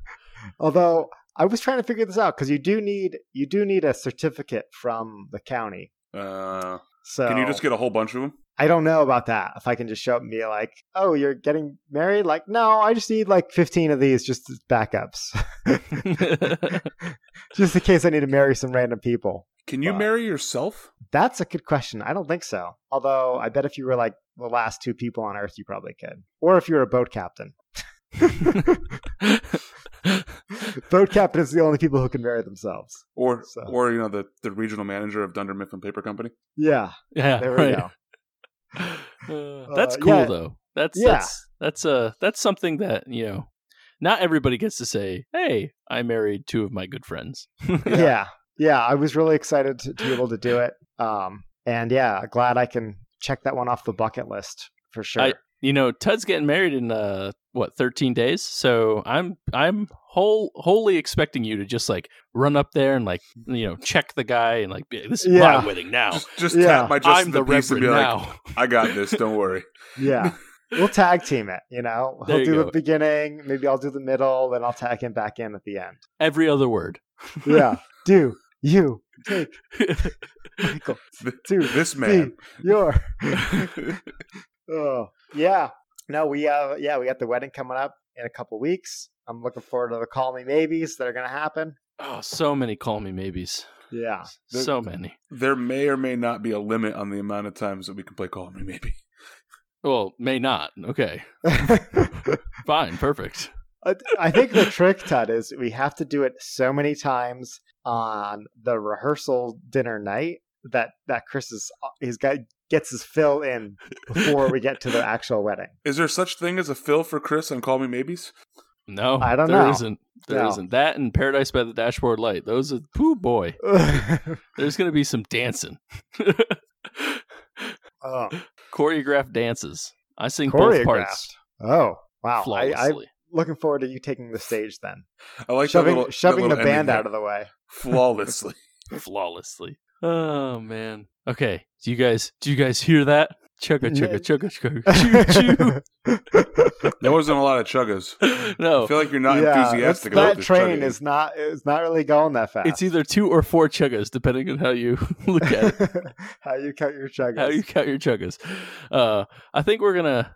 S3: Although I was trying to figure this out because you do need you do need a certificate from the county.
S2: Uh,
S3: So
S2: Can you just get a whole bunch of them?
S3: I don't know about that. If I can just show up and be like, "Oh, you're getting married?" Like, no, I just need like 15 of these just as backups, [LAUGHS] just in case I need to marry some random people.
S2: Can you
S3: Wow.
S2: marry yourself?
S3: That's a good question. I don't think so. Although I bet if you were like the last two people on Earth, you probably could. Or if you were a boat captain. [LAUGHS] Boat captain is the only people who can marry themselves.
S2: Or
S3: So-
S2: or you know the, the regional manager of Dunder Mifflin Paper Company?
S3: Yeah,
S1: [LAUGHS] yeah,
S3: there we
S1: right.
S2: [LAUGHS]
S3: go.
S1: Uh, that's
S3: Uh,
S1: cool
S3: yeah.
S1: though. That's
S3: Yeah.
S1: that's that's uh that's something that you know not everybody gets to say. Hey, I married two of my good friends.
S3: Yeah. yeah, I was really excited to, to be able to do it. Um, and yeah, glad I can check that one off the bucket list for sure.
S1: I- You know, Tud's getting married in uh what thirteen days, so I'm I'm whole wholly expecting you to just like run up there and like you know check the guy and like be, this is
S3: Yeah.
S1: my wedding now.
S2: Just, just
S3: Yeah.
S2: tap my just
S1: I'm
S2: the,
S1: the
S2: piece
S1: reverend
S2: and be like,
S1: now.
S2: I got this. Don't
S3: [LAUGHS]
S2: worry.
S3: yeah. We'll tag team it, you know.
S1: [LAUGHS]
S3: He'll
S1: There you
S3: do the
S1: go.
S3: beginning, maybe I'll do the middle, then I'll tag him back in at the
S1: [LAUGHS]
S3: end.
S1: Every other word. [LAUGHS]
S3: Yeah. do you take
S1: [LAUGHS]
S3: Michael to
S2: This man.
S3: your Oh, yeah. No, we uh yeah, we got the wedding coming up in a couple weeks. I'm looking forward to the call me maybes that are gonna happen.
S1: oh, so many call me maybes. [LAUGHS]
S3: Yeah. [LAUGHS]
S2: There-
S1: So many.
S2: there may or may not be a limit on the amount of times that we can play Call Me Maybe.
S1: Well, may not. Okay.
S3: I,
S1: Fine. Perfect.
S3: I think the trick, Tud, is we have to do it so many times on the rehearsal dinner night that that Chris is uh, he's got gets his fill in before we get to the
S1: [LAUGHS]
S3: actual wedding.
S2: Is there such thing as a fill for Chris on Call Me Maybes?
S1: No,
S3: I don't know.
S1: There isn't. There
S3: No.
S1: not that and Paradise by the Dashboard Light. Those are poo boy. There's gonna be some dancing,
S3: oh,
S1: choreographed dances. I sing both parts
S3: oh, wow! I, I'm [LAUGHS]
S1: flawlessly.
S3: looking forward to you taking the stage then,
S2: I like
S3: shoving
S2: that little,
S3: shoving the band out of the way.
S2: [LAUGHS] flawlessly.
S1: flawlessly. Oh man. Okay. Do you guys? Do you guys hear that? Chugga chugga chugga
S3: [LAUGHS]
S1: chugga [LAUGHS] choo
S2: there wasn't a lot of chuggas.
S1: choo.
S2: I
S1: No,
S2: feel like you're [LAUGHS] not
S3: Yeah,
S2: enthusiastic
S3: it's-
S2: about
S3: that
S2: this
S3: train
S2: chugging.
S3: is not it's not really going that fast.
S1: it's
S3: [LAUGHS]
S1: either two or four chuggas, depending on how you [LAUGHS] look at it.
S3: how you cut your chuggers.
S1: how you count your chuggas. Uh, I think we're gonna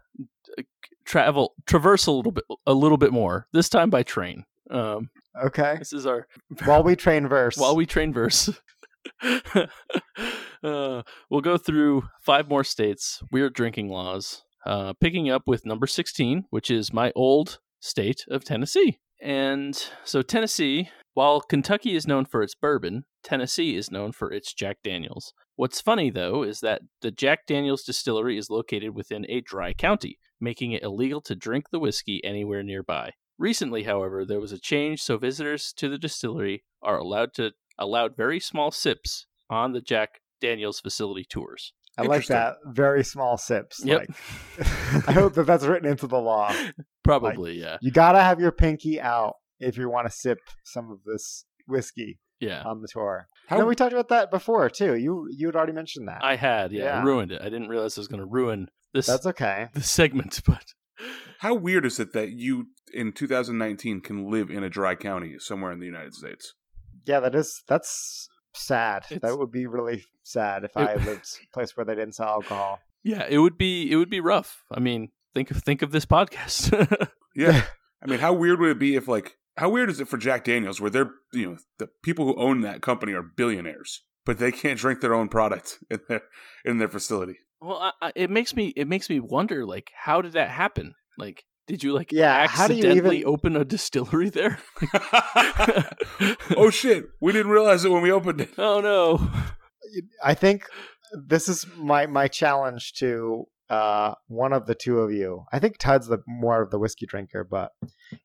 S1: uh, travel traverse a little bit a little bit more this time by train. Um, [LAUGHS]
S3: okay.
S1: this is our
S3: While we train verse.
S1: while we train verse. [LAUGHS] uh, we'll go through five more states, weird drinking laws, uh, picking up with number 16, which is my old state of Tennessee. And so, Tennessee, while Kentucky is known for its bourbon, Tennessee is known for its Jack Daniels. What's funny, though, is that the Jack Daniels distillery is located within a dry county, making it illegal to drink the whiskey anywhere nearby. Recently, however, there was a change so visitors to the distillery are allowed to allowed very small sips on the Jack Daniels facility tours.
S3: I like
S2: Interesting.
S3: that. Very small sips.
S1: Yep.
S3: Like, [LAUGHS] I hope that that's written into the law.
S1: Probably, yeah.
S3: You gotta have your pinky out if you want to sip some of this whiskey
S1: Yeah.
S3: on the tour.
S2: How-
S3: no, we talked about that before too. You you had already mentioned that.
S1: I had, yeah,
S3: Yeah.
S1: I ruined it. I didn't realize I was going to ruin this
S3: that's okay.
S1: [LAUGHS] this segment, [LAUGHS] but
S2: How weird is it that you in 2019 can live in a dry county somewhere in the United States?
S3: Yeah, that is that's sad.
S1: It's-
S3: that would be really sad if
S1: It-
S3: I lived a place where they didn't sell alcohol.
S1: Yeah, it would be it would be rough. I mean, think of think of this podcast. [LAUGHS]
S3: [LAUGHS]
S2: Yeah. I mean, how weird would it be if like how weird is it for Jack Daniels where they're you know the people who own that company are billionaires, but they can't drink their own product in their in their facility.
S1: well, I, I, it makes me it makes me wonder like how did that happen? Like did you like
S3: Yeah, how do you
S1: accidentally
S3: even-
S1: open a distillery there? [LAUGHS]
S2: oh shit, we didn't realize it when we opened it.
S1: oh no.
S3: I think this is my my challenge to uh one of the two of you. I think Tud's the more of the whiskey drinker, but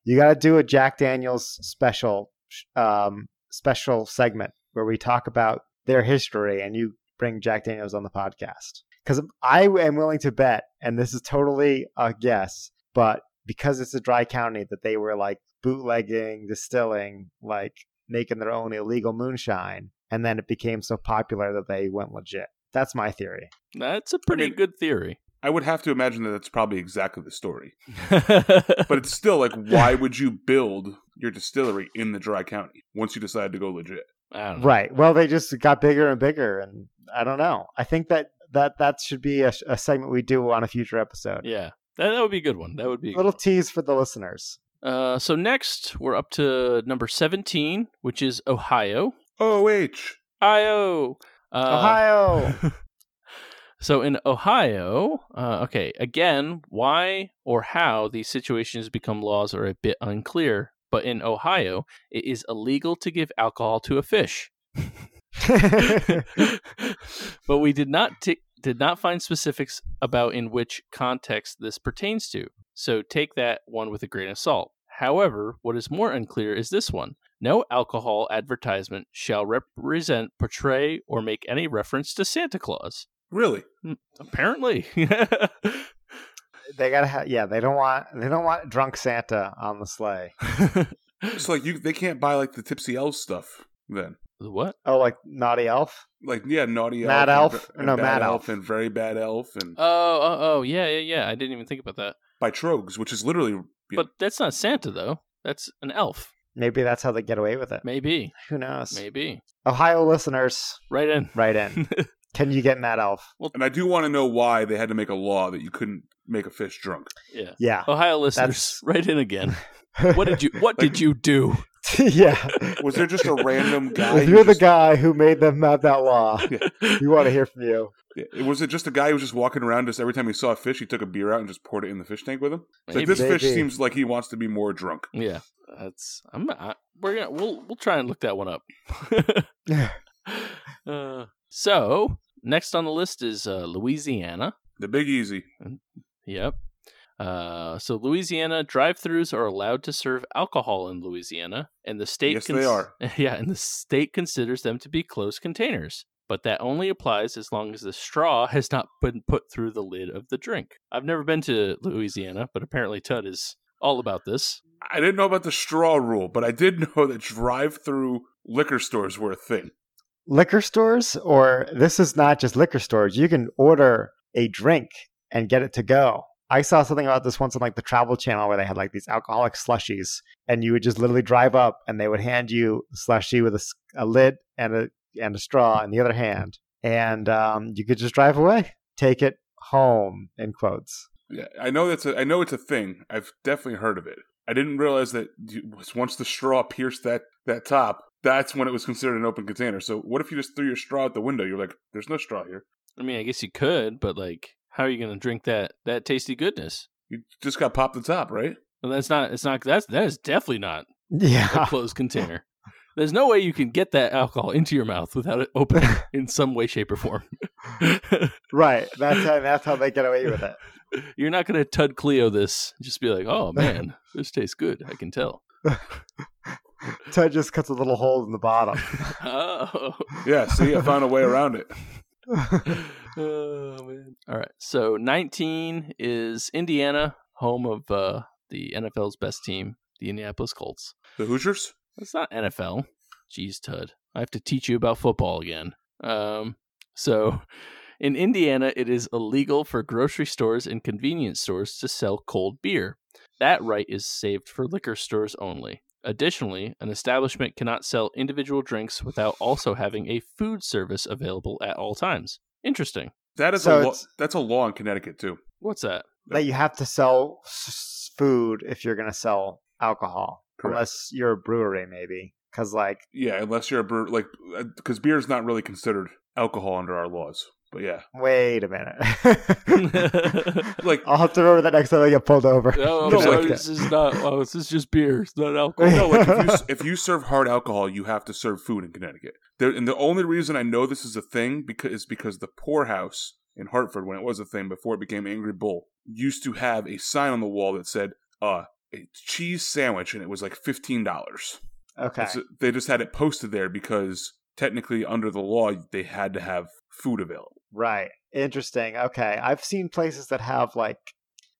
S3: you got to do a Jack Daniel's special um special segment where we talk about their history and you bring Jack Daniel's on the podcast. Cuz I am willing to bet and this is totally a guess, but because it's a dry county that they were like bootlegging, distilling, like making their own illegal moonshine, and then it became so popular that they went legit. That's my theory.
S1: That's a pretty
S2: mean-
S1: good theory.
S2: I would have to imagine that that's probably exactly the story.
S1: but
S2: But it's still like [LAUGHS] why would you build your distillery in the dry county once you decide to go legit?
S1: I don't know.
S3: Right. Well, they just got bigger and bigger, and I don't know. I think that that that should be a, a segment we do on a future episode.
S1: Yeah. That, that would be a good one. That would be a good
S3: Little
S1: one.
S3: tease for the listeners.
S1: Uh, so next we're up to number 17, which is Ohio.
S2: Oh, H.
S1: Io. Uh, [LAUGHS]
S3: Ohio. [LAUGHS]
S1: So in Ohio, uh, okay, again, why or how these situations become laws are a bit unclear, but in Ohio, it is illegal to give alcohol to a fish. [LAUGHS] but we did not ti- did not find specifics about in which context this pertains to. So take that one with a grain of salt. However, what is more unclear is this one. No alcohol advertisement shall represent, portray, or make any reference to Santa Claus.
S2: Really?
S1: Apparently. [LAUGHS]
S3: they gotta have. Yeah, they don't want they don't want drunk Santa on the sleigh.
S2: It's like you they can't buy like the Tipsy Elf stuff then.
S1: what?
S3: Oh, like naughty elf.
S2: Like yeah, naughty
S3: Mad
S2: elf,
S3: Elf?
S2: and, and
S3: No,
S2: bad
S3: Mad
S2: elf,
S3: Elf.
S2: and very bad elf and
S1: Oh, oh, oh, yeah, yeah, yeah. I didn't even think about that.
S2: by Trogs, which is literally. you know,
S1: But that's not Santa though. That's an elf.
S3: Maybe that's how they get away with it.
S1: Maybe.
S3: Who knows?
S1: Maybe.
S3: Ohio listeners,
S1: Right in. [LAUGHS]
S3: write in. Can you get Mad Elf?
S2: and I do want to know why they had to make a law that you couldn't make a fish drunk.
S1: yeah.
S3: Yeah.
S1: Ohio listeners,
S3: That's-
S1: right in again.
S3: [LAUGHS]
S1: What did you what did you do?
S3: yeah.
S2: Was there just a
S3: [LAUGHS]
S2: random guy?
S3: If
S2: who
S3: you're the
S2: just-
S3: guy who made them have that law,
S1: [LAUGHS]
S3: we want to hear from you.
S2: Yeah, Was it just a guy who was just walking around? Just every time he saw a fish, he took a beer out and just poured it in the fish tank with him. It's Like
S1: Maybe.
S2: this fish
S3: Maybe.
S2: seems like he wants to be more drunk.
S1: Yeah, that's I'm. I, we're gonna we'll we'll try and look that one up. [LAUGHS] uh, so next on the list is uh, Louisiana.
S2: The Big Easy.
S1: Yep. Uh, so Louisiana drive-throughs are allowed to serve alcohol in Louisiana, and the state
S2: Yes, they are.
S1: [LAUGHS] Yeah, and the state considers them to be closed containers, but that only applies as long as the straw has not been put through the lid of the drink. I've never been to Louisiana, but apparently Tud is all about this.
S2: I didn't know about the straw rule, but I did [LAUGHS] know that drive-through liquor stores were a thing.
S3: Liquor stores, or this is not just liquor stores. You can order a drink and get it to go. I saw something about this once on like the Travel Channel where they had like these alcoholic slushies, and you would just literally drive up and they would hand you a slushie with a, s- a lid and a and a straw in the other hand, and um, you could just drive away, take it home in quotes.
S2: Yeah, I know that's a, I know it's a thing. I've definitely heard of it. I didn't realize that you- was- once the straw pierced that that top, that's when it was considered an open container. So what if you just threw your straw out the window? You're like, there's no straw here.
S1: I mean, I guess you could, but like, how are you going to drink that that tasty goodness?
S2: You just got popped the top, right?
S1: Well, that's not. It's not. That's that is definitely not a
S3: [LAUGHS] Yeah,
S1: closed container. There's no way you can get that alcohol into your mouth without it opening in some way, shape, or form.
S3: [LAUGHS]
S1: [LAUGHS]
S3: right. That's how, that's how they get away with it.
S1: You're not going to Tud Cleo this. and Just be like, oh man, this tastes good. I can tell. [LAUGHS]
S3: Ted just cuts a little hole in the [LAUGHS] bottom.
S1: Oh.
S2: Yeah. See, I found a way around it.
S1: oh man. All right. So 19 is Indiana, home of uh, the NFL's best team, the Indianapolis Colts.
S2: The Hoosiers.
S1: It's not NFL. Jeez, Tud. I have to teach you about football again. Um, so, [LAUGHS] in Indiana, it is illegal for grocery stores and convenience stores to sell cold beer. That right is saved for liquor stores only. Additionally, an establishment cannot sell individual drinks without also having a food service available at all times. Interesting.
S2: That is
S3: So
S2: a law,
S3: it's-
S2: that's a law in Connecticut too.
S1: What's that?
S3: that you have to sell s- food if you're going to sell alcohol,
S2: Correct.
S3: unless you're a brewery, maybe. Because like
S2: Yeah, unless you're a brewer, like because beer is not really considered alcohol under our laws. But yeah,
S3: Wait a [LAUGHS] minute.
S2: like
S3: I'll have to remember that next time I get pulled over. [LAUGHS]
S1: Oh,
S2: No,
S1: so
S2: like-
S1: this is not. Oh, this is just beer. It's not alcohol.
S2: no, like if you, if you serve hard alcohol, you have to serve food in Connecticut. There, and the only reason I know this is a thing because is because the poorhouse in Hartford, when it was a thing before it became Angry Bull, used to have a sign on the wall that said "uh a cheese sandwich," and it was like fifteen dollars.
S3: okay.
S2: It's- They just had it posted there because technically, under the law, they had to have food available.
S3: Right. Interesting. Okay. I've seen places that have like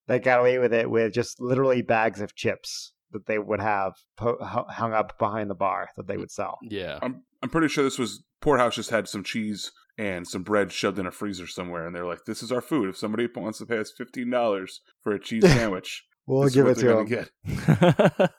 S3: that got away with it with just literally bags of chips that they would have po- hu- hung up behind the bar that they would sell.
S1: yeah.
S2: I'm I'm pretty sure this was Poorhouse just had some cheese and some bread shoved in a freezer somewhere, and they're like, "This is our food. If somebody wants to pay us fifteen dollars for a
S3: [LAUGHS]
S2: cheese sandwich,
S3: We'll
S2: this is
S3: give
S2: what
S3: it to
S2: they're
S3: them.
S2: gonna get."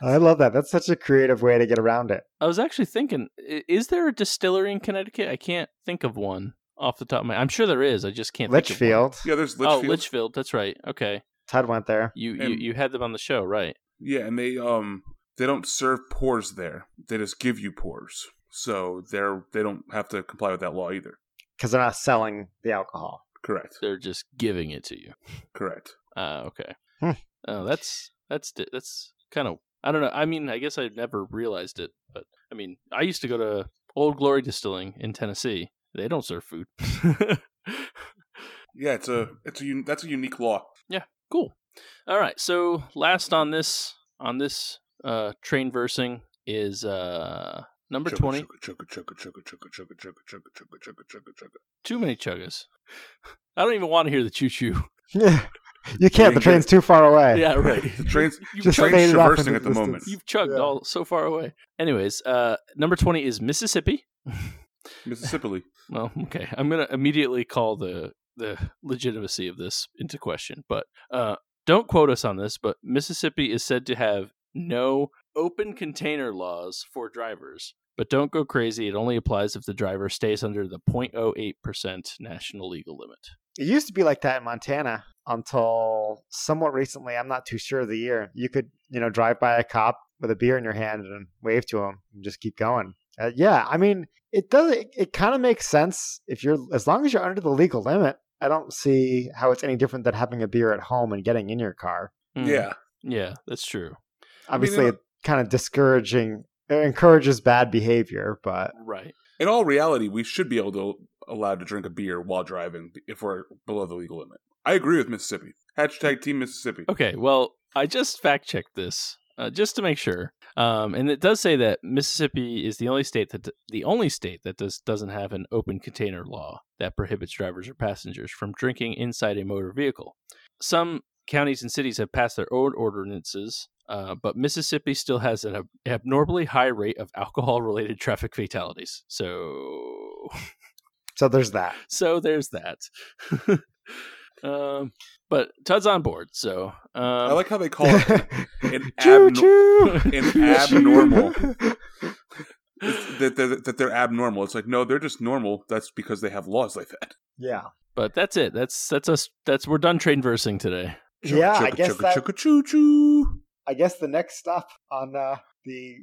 S3: I love that. That's such a creative way to get around it.
S1: I was actually thinking, i- is there a distillery in Connecticut? I can't think of one off the top of my. I'm sure there is. I just can't. think of one.
S3: Litchfield.
S2: Yeah, there's Litchfield.
S1: Oh, Litchfield. That's right. Okay.
S3: Ted went there.
S1: You, you
S2: And-
S1: you had them on the show, right?
S2: Yeah, and they um they don't serve pours there. They just give you pours, so they're they don't have to comply with that law either.
S3: Because they're not selling the alcohol. [LAUGHS]
S2: Correct.
S1: They're just giving it to you.
S2: Correct.
S1: Uh, okay.
S3: Hmm.
S1: Oh, that's that's di- that's kind of I don't know. I mean, I guess I never realized it, but I mean, I used to go to Old Glory Distilling in Tennessee. They don't serve
S3: [LAUGHS]
S1: food. [LAUGHS]
S2: Yeah, it's a it's a un- that's a unique law.
S1: cool. All right. So last on this on this uh, train versing is uh, number
S2: Chugga,
S1: twenty.
S2: chugga, chugga, chugga, chugga, chugga, chugga, chugga, chugga, chugga, chugga, chugga.
S1: Too many chuggas. [LAUGHS] I don't even want to hear the choo
S2: [LAUGHS]
S1: choo.
S3: you can't. The
S2: get
S3: train's too far away.
S1: Yeah, right.
S2: The trains
S1: [LAUGHS] You've
S3: Just
S1: chugged-
S2: train's
S3: faded off
S2: traversing
S3: into
S2: at the moment.
S3: distance.
S1: You've chugged
S3: Yeah.
S1: all so far away. Anyways, uh, number twenty is Mississippi. [LAUGHS]
S2: Mississippi.
S1: Well, [LAUGHS] okay. I'm gonna immediately call the the legitimacy of this into question, but uh, don't quote us on this. But Mississippi is said to have no open container laws for drivers. But don't go crazy. It only applies if the driver stays under the 0.08% national legal limit.
S3: It used to be like that in Montana until somewhat recently. I'm not too sure of the year. You could, you know, drive by a cop with a beer in your hand and wave to him and just keep going. Uh, yeah, I mean, it does. It, it kind of makes sense if you're as long as you're under the legal limit. I don't see how it's any different than having a beer at home and getting in your car.
S1: Mm,
S2: Yeah.
S1: Yeah, that's true.
S2: mean,
S3: Obviously,
S2: you
S3: it kind of discouraging. It encourages bad behavior, but
S1: Right.
S2: In all reality, we should be able to allowed to drink a beer while driving if we're below the legal limit. I agree with Mississippi. Hashtag Team Mississippi.
S1: Okay, well, I just fact checked this uh, just to make sure, um, and it does say that Mississippi is the only state that the only state that does doesn't have an open container law that prohibits drivers or passengers from drinking inside a motor vehicle. Some counties and cities have passed their own ordinances. Uh, but Mississippi still has an ab- abnormally high rate of alcohol-related traffic fatalities. So, [LAUGHS]
S3: so there's that.
S1: so there's that. [LAUGHS] um, but Tud's on board. So um,
S2: I like how they call it [LAUGHS]
S3: [LAUGHS]
S2: an, an
S3: Choo
S2: abno-
S3: choo. [LAUGHS]
S2: an abnormal.
S3: Choo.
S2: It's- That they're, that they're abnormal. It's like no, they're just normal. That's because they have laws like that.
S3: Yeah.
S1: But that's it. That's that's us. That's we're done train versing today.
S3: Yeah, I guess that-
S2: choo choo.
S3: I guess the next stop on uh, the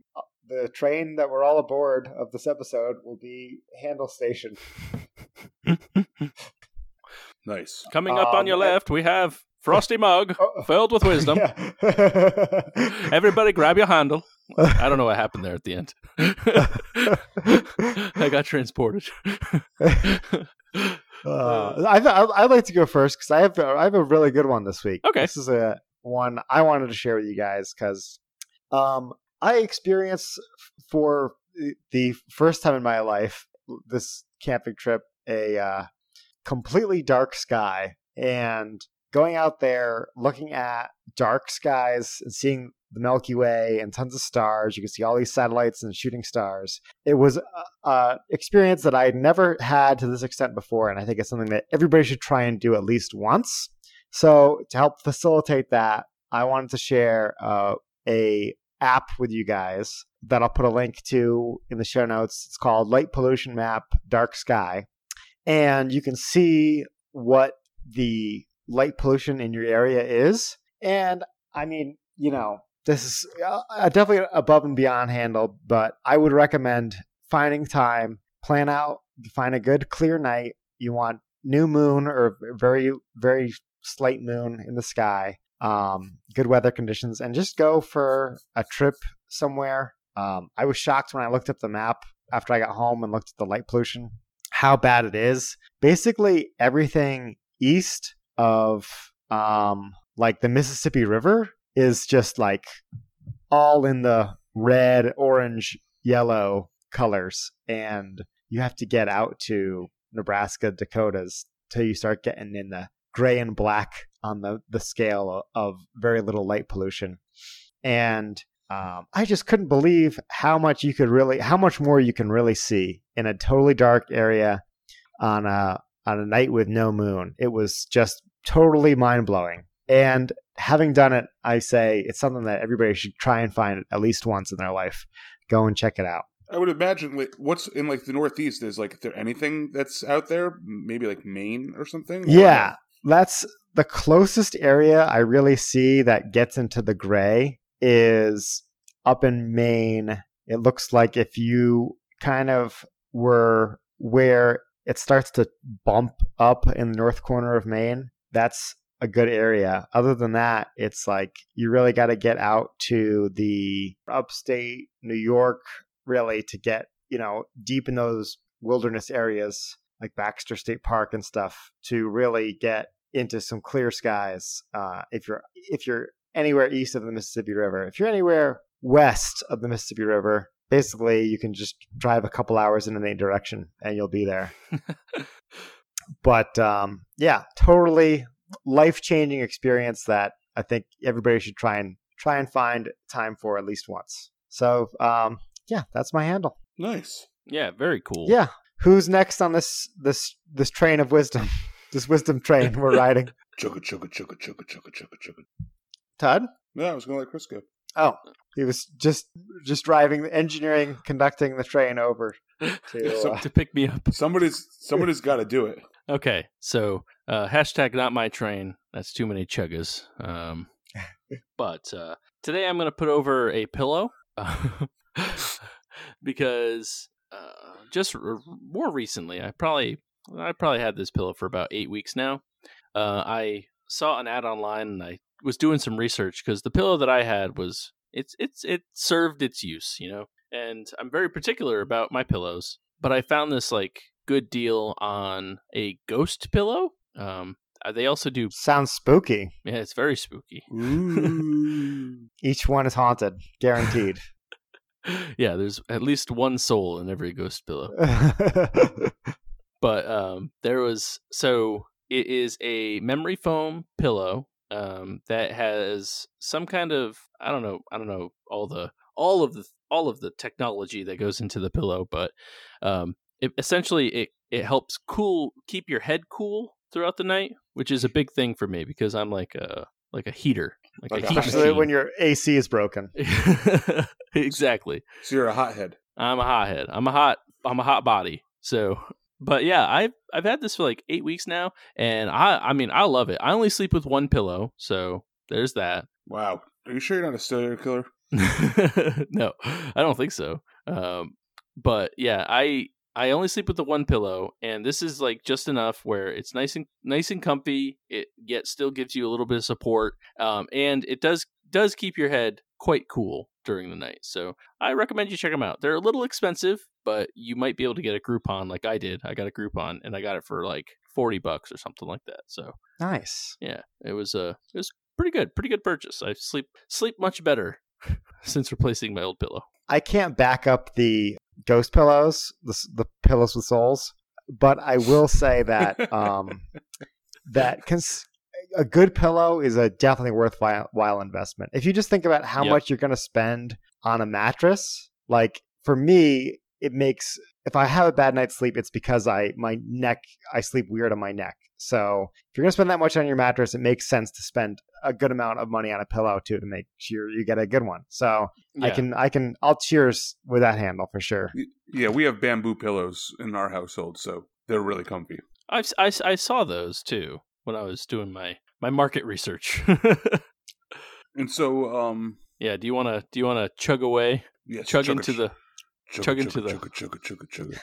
S3: the train that we're all aboard of this episode will be Handle Station.
S2: Nice.
S1: Coming up on
S3: Um,
S1: your
S3: I-
S1: left, we have frosty mug
S3: Oh.
S1: filled with wisdom.
S3: [LAUGHS] Yeah. [LAUGHS]
S1: Everybody, grab your handle. I don't know what happened there at the end. [LAUGHS] I got transported. [LAUGHS]
S3: Uh, I, I I'd like to go first because I have I have a really good one this week.
S1: Okay.
S3: this is a one I wanted to share with you guys because um, I experienced f- for the first time in my life this camping trip a uh, completely dark sky and going out there looking at dark skies and seeing the Milky Way and tons of stars. You can see all these satellites and shooting stars. It was uh, experience that I had never had to this extent before, and I think it's something that everybody should try and do at least once. So to help facilitate that, I wanted to share uh, a app with you guys that I'll put a link to in the show notes. It's called Light Pollution Map Dark Sky. And you can see what the light pollution in your area is. And I mean, you know, this is uh, uh, definitely above and beyond handled, but I would recommend finding time, plan out, find a good clear night. You want new moon or very, very slight moon in the sky, um, good weather conditions, and just go for a trip somewhere. Um, I was shocked when I looked up the map after I got home and looked at the light pollution, how bad it is. Basically, everything east of um, like the Mississippi River is just like all in the red, orange, yellow colors. And you have to get out to Nebraska, Dakotas till you start getting in the gray and black on the, the scale of very little light pollution. And um, I just couldn't believe how much you could really, how much more you can really see in a totally dark area on a on a night with no moon. It was just totally mind blowing. And having done it, I say it's something that everybody should try and find at least once in their life. Go and check it out.
S2: I would imagine like what's in like the Northeast is like if there anything that's out there, maybe like Maine or something.
S3: Yeah, that's the closest area I really see that gets into the gray is up in Maine. It looks like if you kind of were where it starts to bump up in the north corner of Maine, that's a good area. Other than that, it's like you really got to get out to the upstate New York, really, to get, you know, deep in those wilderness areas like Baxter State Park and stuff to really get into some clear skies. Uh, if you're if you're anywhere east of the Mississippi River, if you're anywhere west of the Mississippi River, basically you can just drive a couple hours in any direction and you'll be there. but um, yeah, totally life changing experience that I think everybody should try and try and find time for at least once. So um, yeah, that's my handle.
S2: Nice.
S1: Yeah, very cool.
S3: Yeah, who's next on this this this train of wisdom? [LAUGHS] this wisdom train we're riding.
S2: Chugga chugga chugga chugga chugga chugga chugga.
S3: Todd.
S2: No, I was gonna let Chris go.
S3: Oh, he was just just driving, engineering, conducting the train over to.
S1: [LAUGHS] So,
S3: Uh,
S1: to pick me up.
S2: Somebody's somebody's got to do it.
S1: Okay, so uh, hashtag not my train. That's too many chuggas. Um, but uh, today I'm going to put over a pillow um, [LAUGHS] because uh, just r- more recently, I probably I probably had this pillow for about eight weeks now. Uh, I saw an ad online and I was doing some research because the pillow that I had was it's it's it served its use, you know. And I'm very particular about my pillows, but I found this like good deal on a ghost pillow. Um, uh, they also do.
S3: sounds spooky.
S1: Yeah, it's very spooky.
S2: Ooh.
S3: Each one is haunted, guaranteed. [LAUGHS]
S1: yeah, there's at least one soul in every ghost pillow. but um, there was so it is a memory foam pillow um, that has some kind of I don't know I don't know all the all of the all of the technology that goes into the pillow, but um, it, essentially it it helps cool keep your head cool throughout the night, which is a big thing for me because I'm like a like a heater, like,
S2: Like
S1: a
S2: a
S1: heat
S2: hot
S3: Especially
S1: machine.
S3: [LAUGHS] when your AC is broken.
S1: [LAUGHS] exactly.
S2: [LAUGHS] so you're a hothead.
S1: I'm a hothead. I'm a hot. I'm a hot body. So, [LAUGHS] but yeah, I've I've had this for like eight weeks now, and I I mean I love it. I only sleep with one pillow, so there's that.
S2: Wow. Are you sure you're not a serial killer?
S1: [LAUGHS] no, I don't think so. Um, but yeah, I I only sleep with the one pillow, and this is like just enough where it's nice and nice and comfy. It yet still gives you a little bit of support, um, and it does does keep your head quite cool during the night. So I recommend you check them out. They're a little expensive, but you might be able to get a Groupon like I did. I got a Groupon, and I got it for like forty bucks or something like that. So
S3: Nice.
S1: yeah, it was uh, it was pretty good, pretty good purchase. I sleep sleep much better [LAUGHS] since replacing my old pillow.
S3: I can't back up the ghost pillows, the, s- the pillows with souls, but I will say that um, that cons- a good pillow is a definitely worthwhile while investment. If you just think about how
S1: Yep.
S3: much you're going to spend on a mattress, like for me, it makes if I have a bad night's sleep, it's because I my neck I sleep weird on my neck. So if you're gonna spend that much on your mattress, it makes sense to spend a good amount of money on a pillow too to make sure you get a good one. So I
S1: Yeah.
S3: can I can I'll cheers with that handle for sure.
S2: Yeah, we have bamboo pillows in our household, so they're really comfy.
S1: I've, si saw those too when I was doing my my market research. [LAUGHS]
S2: And so, um,
S1: yeah, do you want to do you want to chug away,
S2: yes,
S1: chug into the chug into the-
S2: chugga, chugga, chugga, chugga.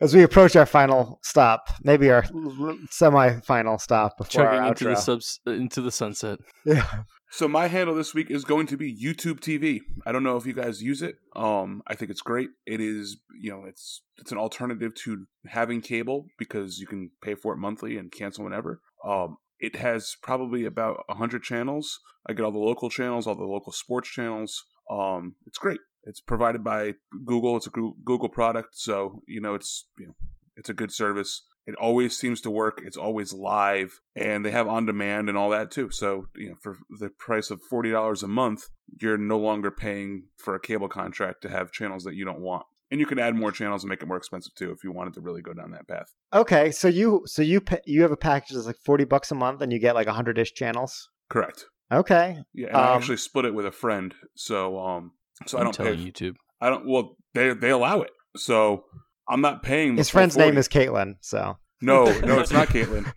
S3: As we approach our final stop, maybe our
S2: [LAUGHS]
S3: semi-final stop before
S1: chugging
S3: our
S1: into the
S3: outro.
S1: subs into the sunset?
S3: yeah.
S2: So my handle this week is going to be YouTube TV. I don't know if you guys use it. Um, I think it's great. It is, you know, it's it's an alternative to having cable because you can pay for it monthly and cancel whenever. Um, it has probably about hundred channels. I get all the local channels, all the local sports channels. Um, it's great. It's provided by Google. It's a Goo- Google product, so you know it's you know it's a good service. It always seems to work. It's always live, and they have on demand and all that too. So you know, for the price of forty dollars a month, you're no longer paying for a cable contract to have channels that you don't want. And you can add more channels and make it more expensive too if you wanted to really go down that path.
S3: Okay, so you so you pa- you have a package that's like forty bucks a month, and you get like hundred ish channels.
S2: Correct.
S3: Okay,
S2: Yeah, and I
S3: Um,
S2: actually split it with a friend, so um, so I
S1: I'm
S2: don't pay.
S1: telling YouTube.
S2: I don't. Well, they they allow it, so I'm not paying.
S1: Mm,
S2: the
S3: his
S2: full
S3: friend's name
S2: 40.
S3: is Caitlin. So
S2: No, no, it's
S3: [LAUGHS]
S1: [LAUGHS]
S2: not Caitlin.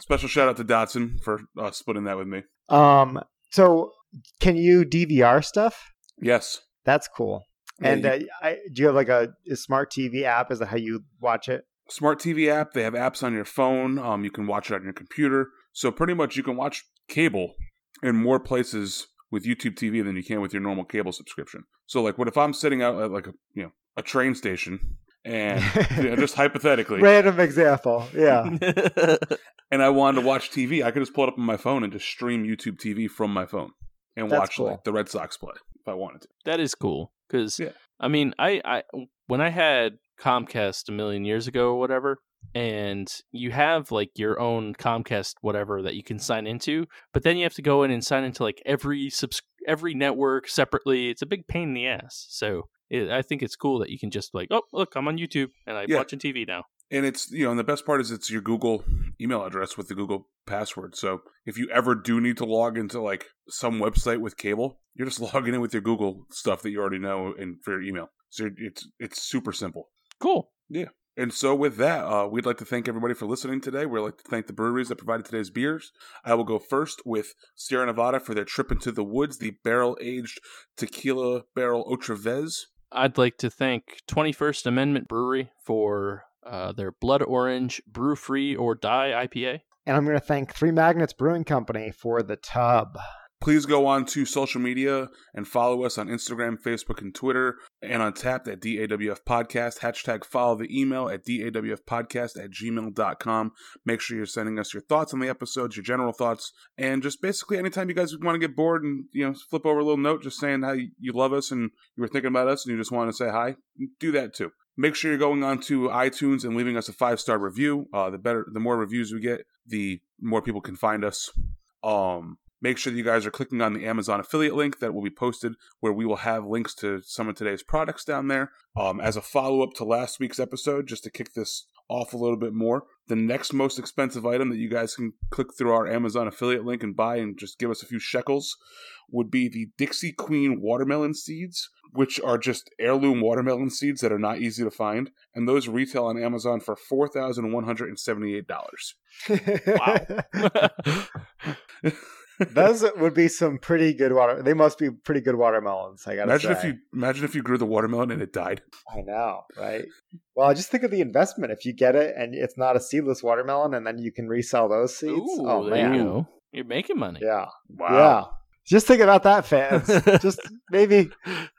S2: Special shout out to Dotson for uh, splitting that with me.
S3: um, so can you DVR stuff?
S2: Yes,
S3: That's cool.
S2: Yeah,
S3: and
S2: you-
S3: uh, I, do you have like a, a smart TV app? Is that how you watch it?
S2: smart TV app. They have apps on your phone. Um, you can watch it on your computer. So pretty much, you can watch cable in more places with YouTube TV than you can with your normal cable subscription. So, like, what if I'm sitting out at like a you know a train station
S3: [LAUGHS]
S2: and you know, just hypothetically,
S3: Random example. Yeah.
S1: [LAUGHS]
S2: and I wanted to watch TV, I could just pull it up on my phone and just stream YouTube TV from my phone and
S3: That's
S2: watch
S3: cool.
S2: like the Red Sox play if I wanted to.
S1: that is cool because
S2: Yeah.
S1: I mean, I, I when I had Comcast a million years ago or whatever, and you have like your own Comcast whatever that you can sign into, but then you have to go in and sign into like every subs- every network separately. It's a big pain in the ass. So it, I think it's cool that you can just like, oh look, I'm on YouTube and I'm
S2: Yeah.
S1: watching TV now.
S2: And it's you know, and the best part is it's your Google email address with the Google password. So if you ever do need to log into like some website with cable, you're just [LAUGHS] logging in with your Google stuff that you already know and for your email. So it's it's super simple.
S1: Cool.
S2: And so with that, uh, we'd like to thank everybody for listening today. We'd like to thank the breweries that provided today's beers. I will go first with Sierra Nevada for their trip into the woods, the barrel aged tequila barrel Otravez.
S1: I'd like to thank 21st Amendment Brewery for uh, their Blood Orange Brew Free or Die IPA.
S3: And I'm going to thank Three Magnets Brewing Company for the tub.
S2: Please go on to social media and follow us on Instagram, Facebook, and Twitter, and on tap at DAWF Podcast. Hashtag follow the email at DAWF Podcast at gmail.com. Make sure you're sending us your thoughts on the episodes, your general thoughts, and just basically anytime you guys want to get bored and, you know, flip over a little note just saying how you you love us and you were thinking about us and you just want to say hi, do that too. Make sure you're going on to iTunes and leaving us a five star review. Uh, the better, the more reviews we get, the more people can find us. Um, make sure that you guys are clicking on the Amazon affiliate link that will be posted, where we will have links to some of today's products down there. Um, as a follow up to last week's episode, just to kick this off a little bit more, the next most expensive item that you guys can click through our Amazon affiliate link and buy and just give us a few shekels would be the Dixie Queen watermelon seeds, which are just heirloom watermelon seeds that are not easy to find. And those retail on Amazon for $4,178.
S1: Wow.
S3: [LAUGHS]
S2: [LAUGHS]
S1: [LAUGHS]
S3: Those would be some pretty good water. They must be pretty good watermelons. I gotta
S2: Imagine
S3: say.
S2: if you imagine if you grew the watermelon and it died.
S3: I know, right? Well, just think of the investment. If you get it and it's not a seedless watermelon, and then you can resell those seeds.
S1: Ooh,
S3: oh
S1: there
S3: man,
S1: you go. You're making money.
S3: yeah,
S2: Wow.
S3: yeah. Just think about
S1: [LAUGHS]
S3: that, fans. just maybe,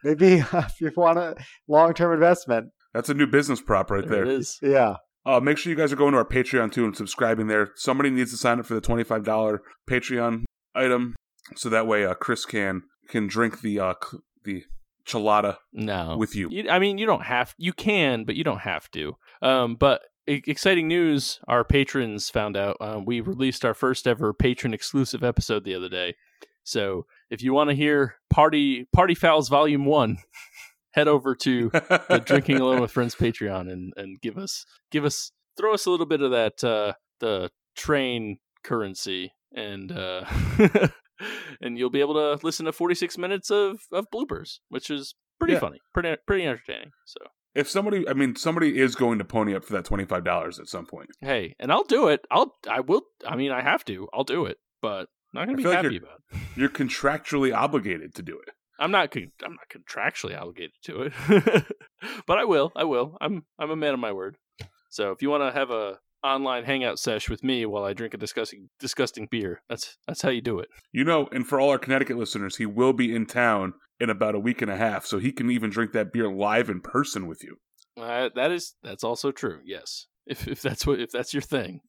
S3: maybe [LAUGHS] if you want a long-term investment,
S2: That's a new business prop right
S1: There it
S2: there.
S1: is.
S3: yeah.
S2: Uh, make sure you guys are going to our Patreon too and subscribing there. Somebody needs to sign up for the twenty-five dollar Patreon item, so that way uh, Chris can can drink the uh, c- the chelada
S1: No.
S2: with you.
S1: You- I mean, you don't have. You can, but you don't have to. Um, but e- exciting news: our patrons found out uh, we released our first ever patron exclusive episode the other day. So if you want to hear party party fouls volume one, [LAUGHS] head over to the Drinking Alone with Friends Patreon and and give us give us throw us a little bit of that uh, the train currency and uh, [LAUGHS] and you'll be able to listen to 46 minutes of of bloopers, which is pretty
S2: Yeah.
S1: funny, pretty pretty entertaining. So
S2: [LAUGHS] If somebody, I mean, somebody is going to pony up for that twenty five dollars at some point.
S1: hey, and I'll do it. I'll I will. I mean, I have to. I'll do it, but not
S2: I
S1: gonna be
S2: feel like
S1: happy
S2: you're-
S1: about it.
S2: You're contractually obligated to do it.
S1: I'm not con- I'm not contractually obligated to it, [LAUGHS] but I will. I will. I'm I'm a man of my word. So if you want to have a online hangout sesh with me while I drink a disgusting disgusting beer, that's that's how you do it.
S2: You know, and for all our Connecticut listeners, he will be in town in about a week and a half, so he can even drink that beer live in person with you.
S1: Uh, that is that's also true. Yes, if if that's what if that's your thing.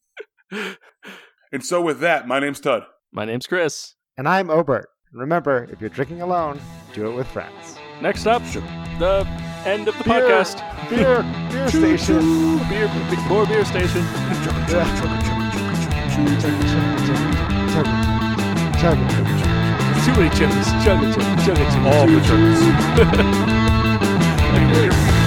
S2: And so, with that, my name's Todd.
S1: My name's Chris.
S3: And I'm Obert. Remember, if you're drinking alone, do it with friends.
S1: Next up,
S2: Sure.
S1: the end of the
S3: Beer.
S1: podcast.
S3: Beer, beer station.
S1: Beer, beer, more beer station. It's too many chips. Chug it, chug it, chug it.
S2: All the drinks.
S1: Like,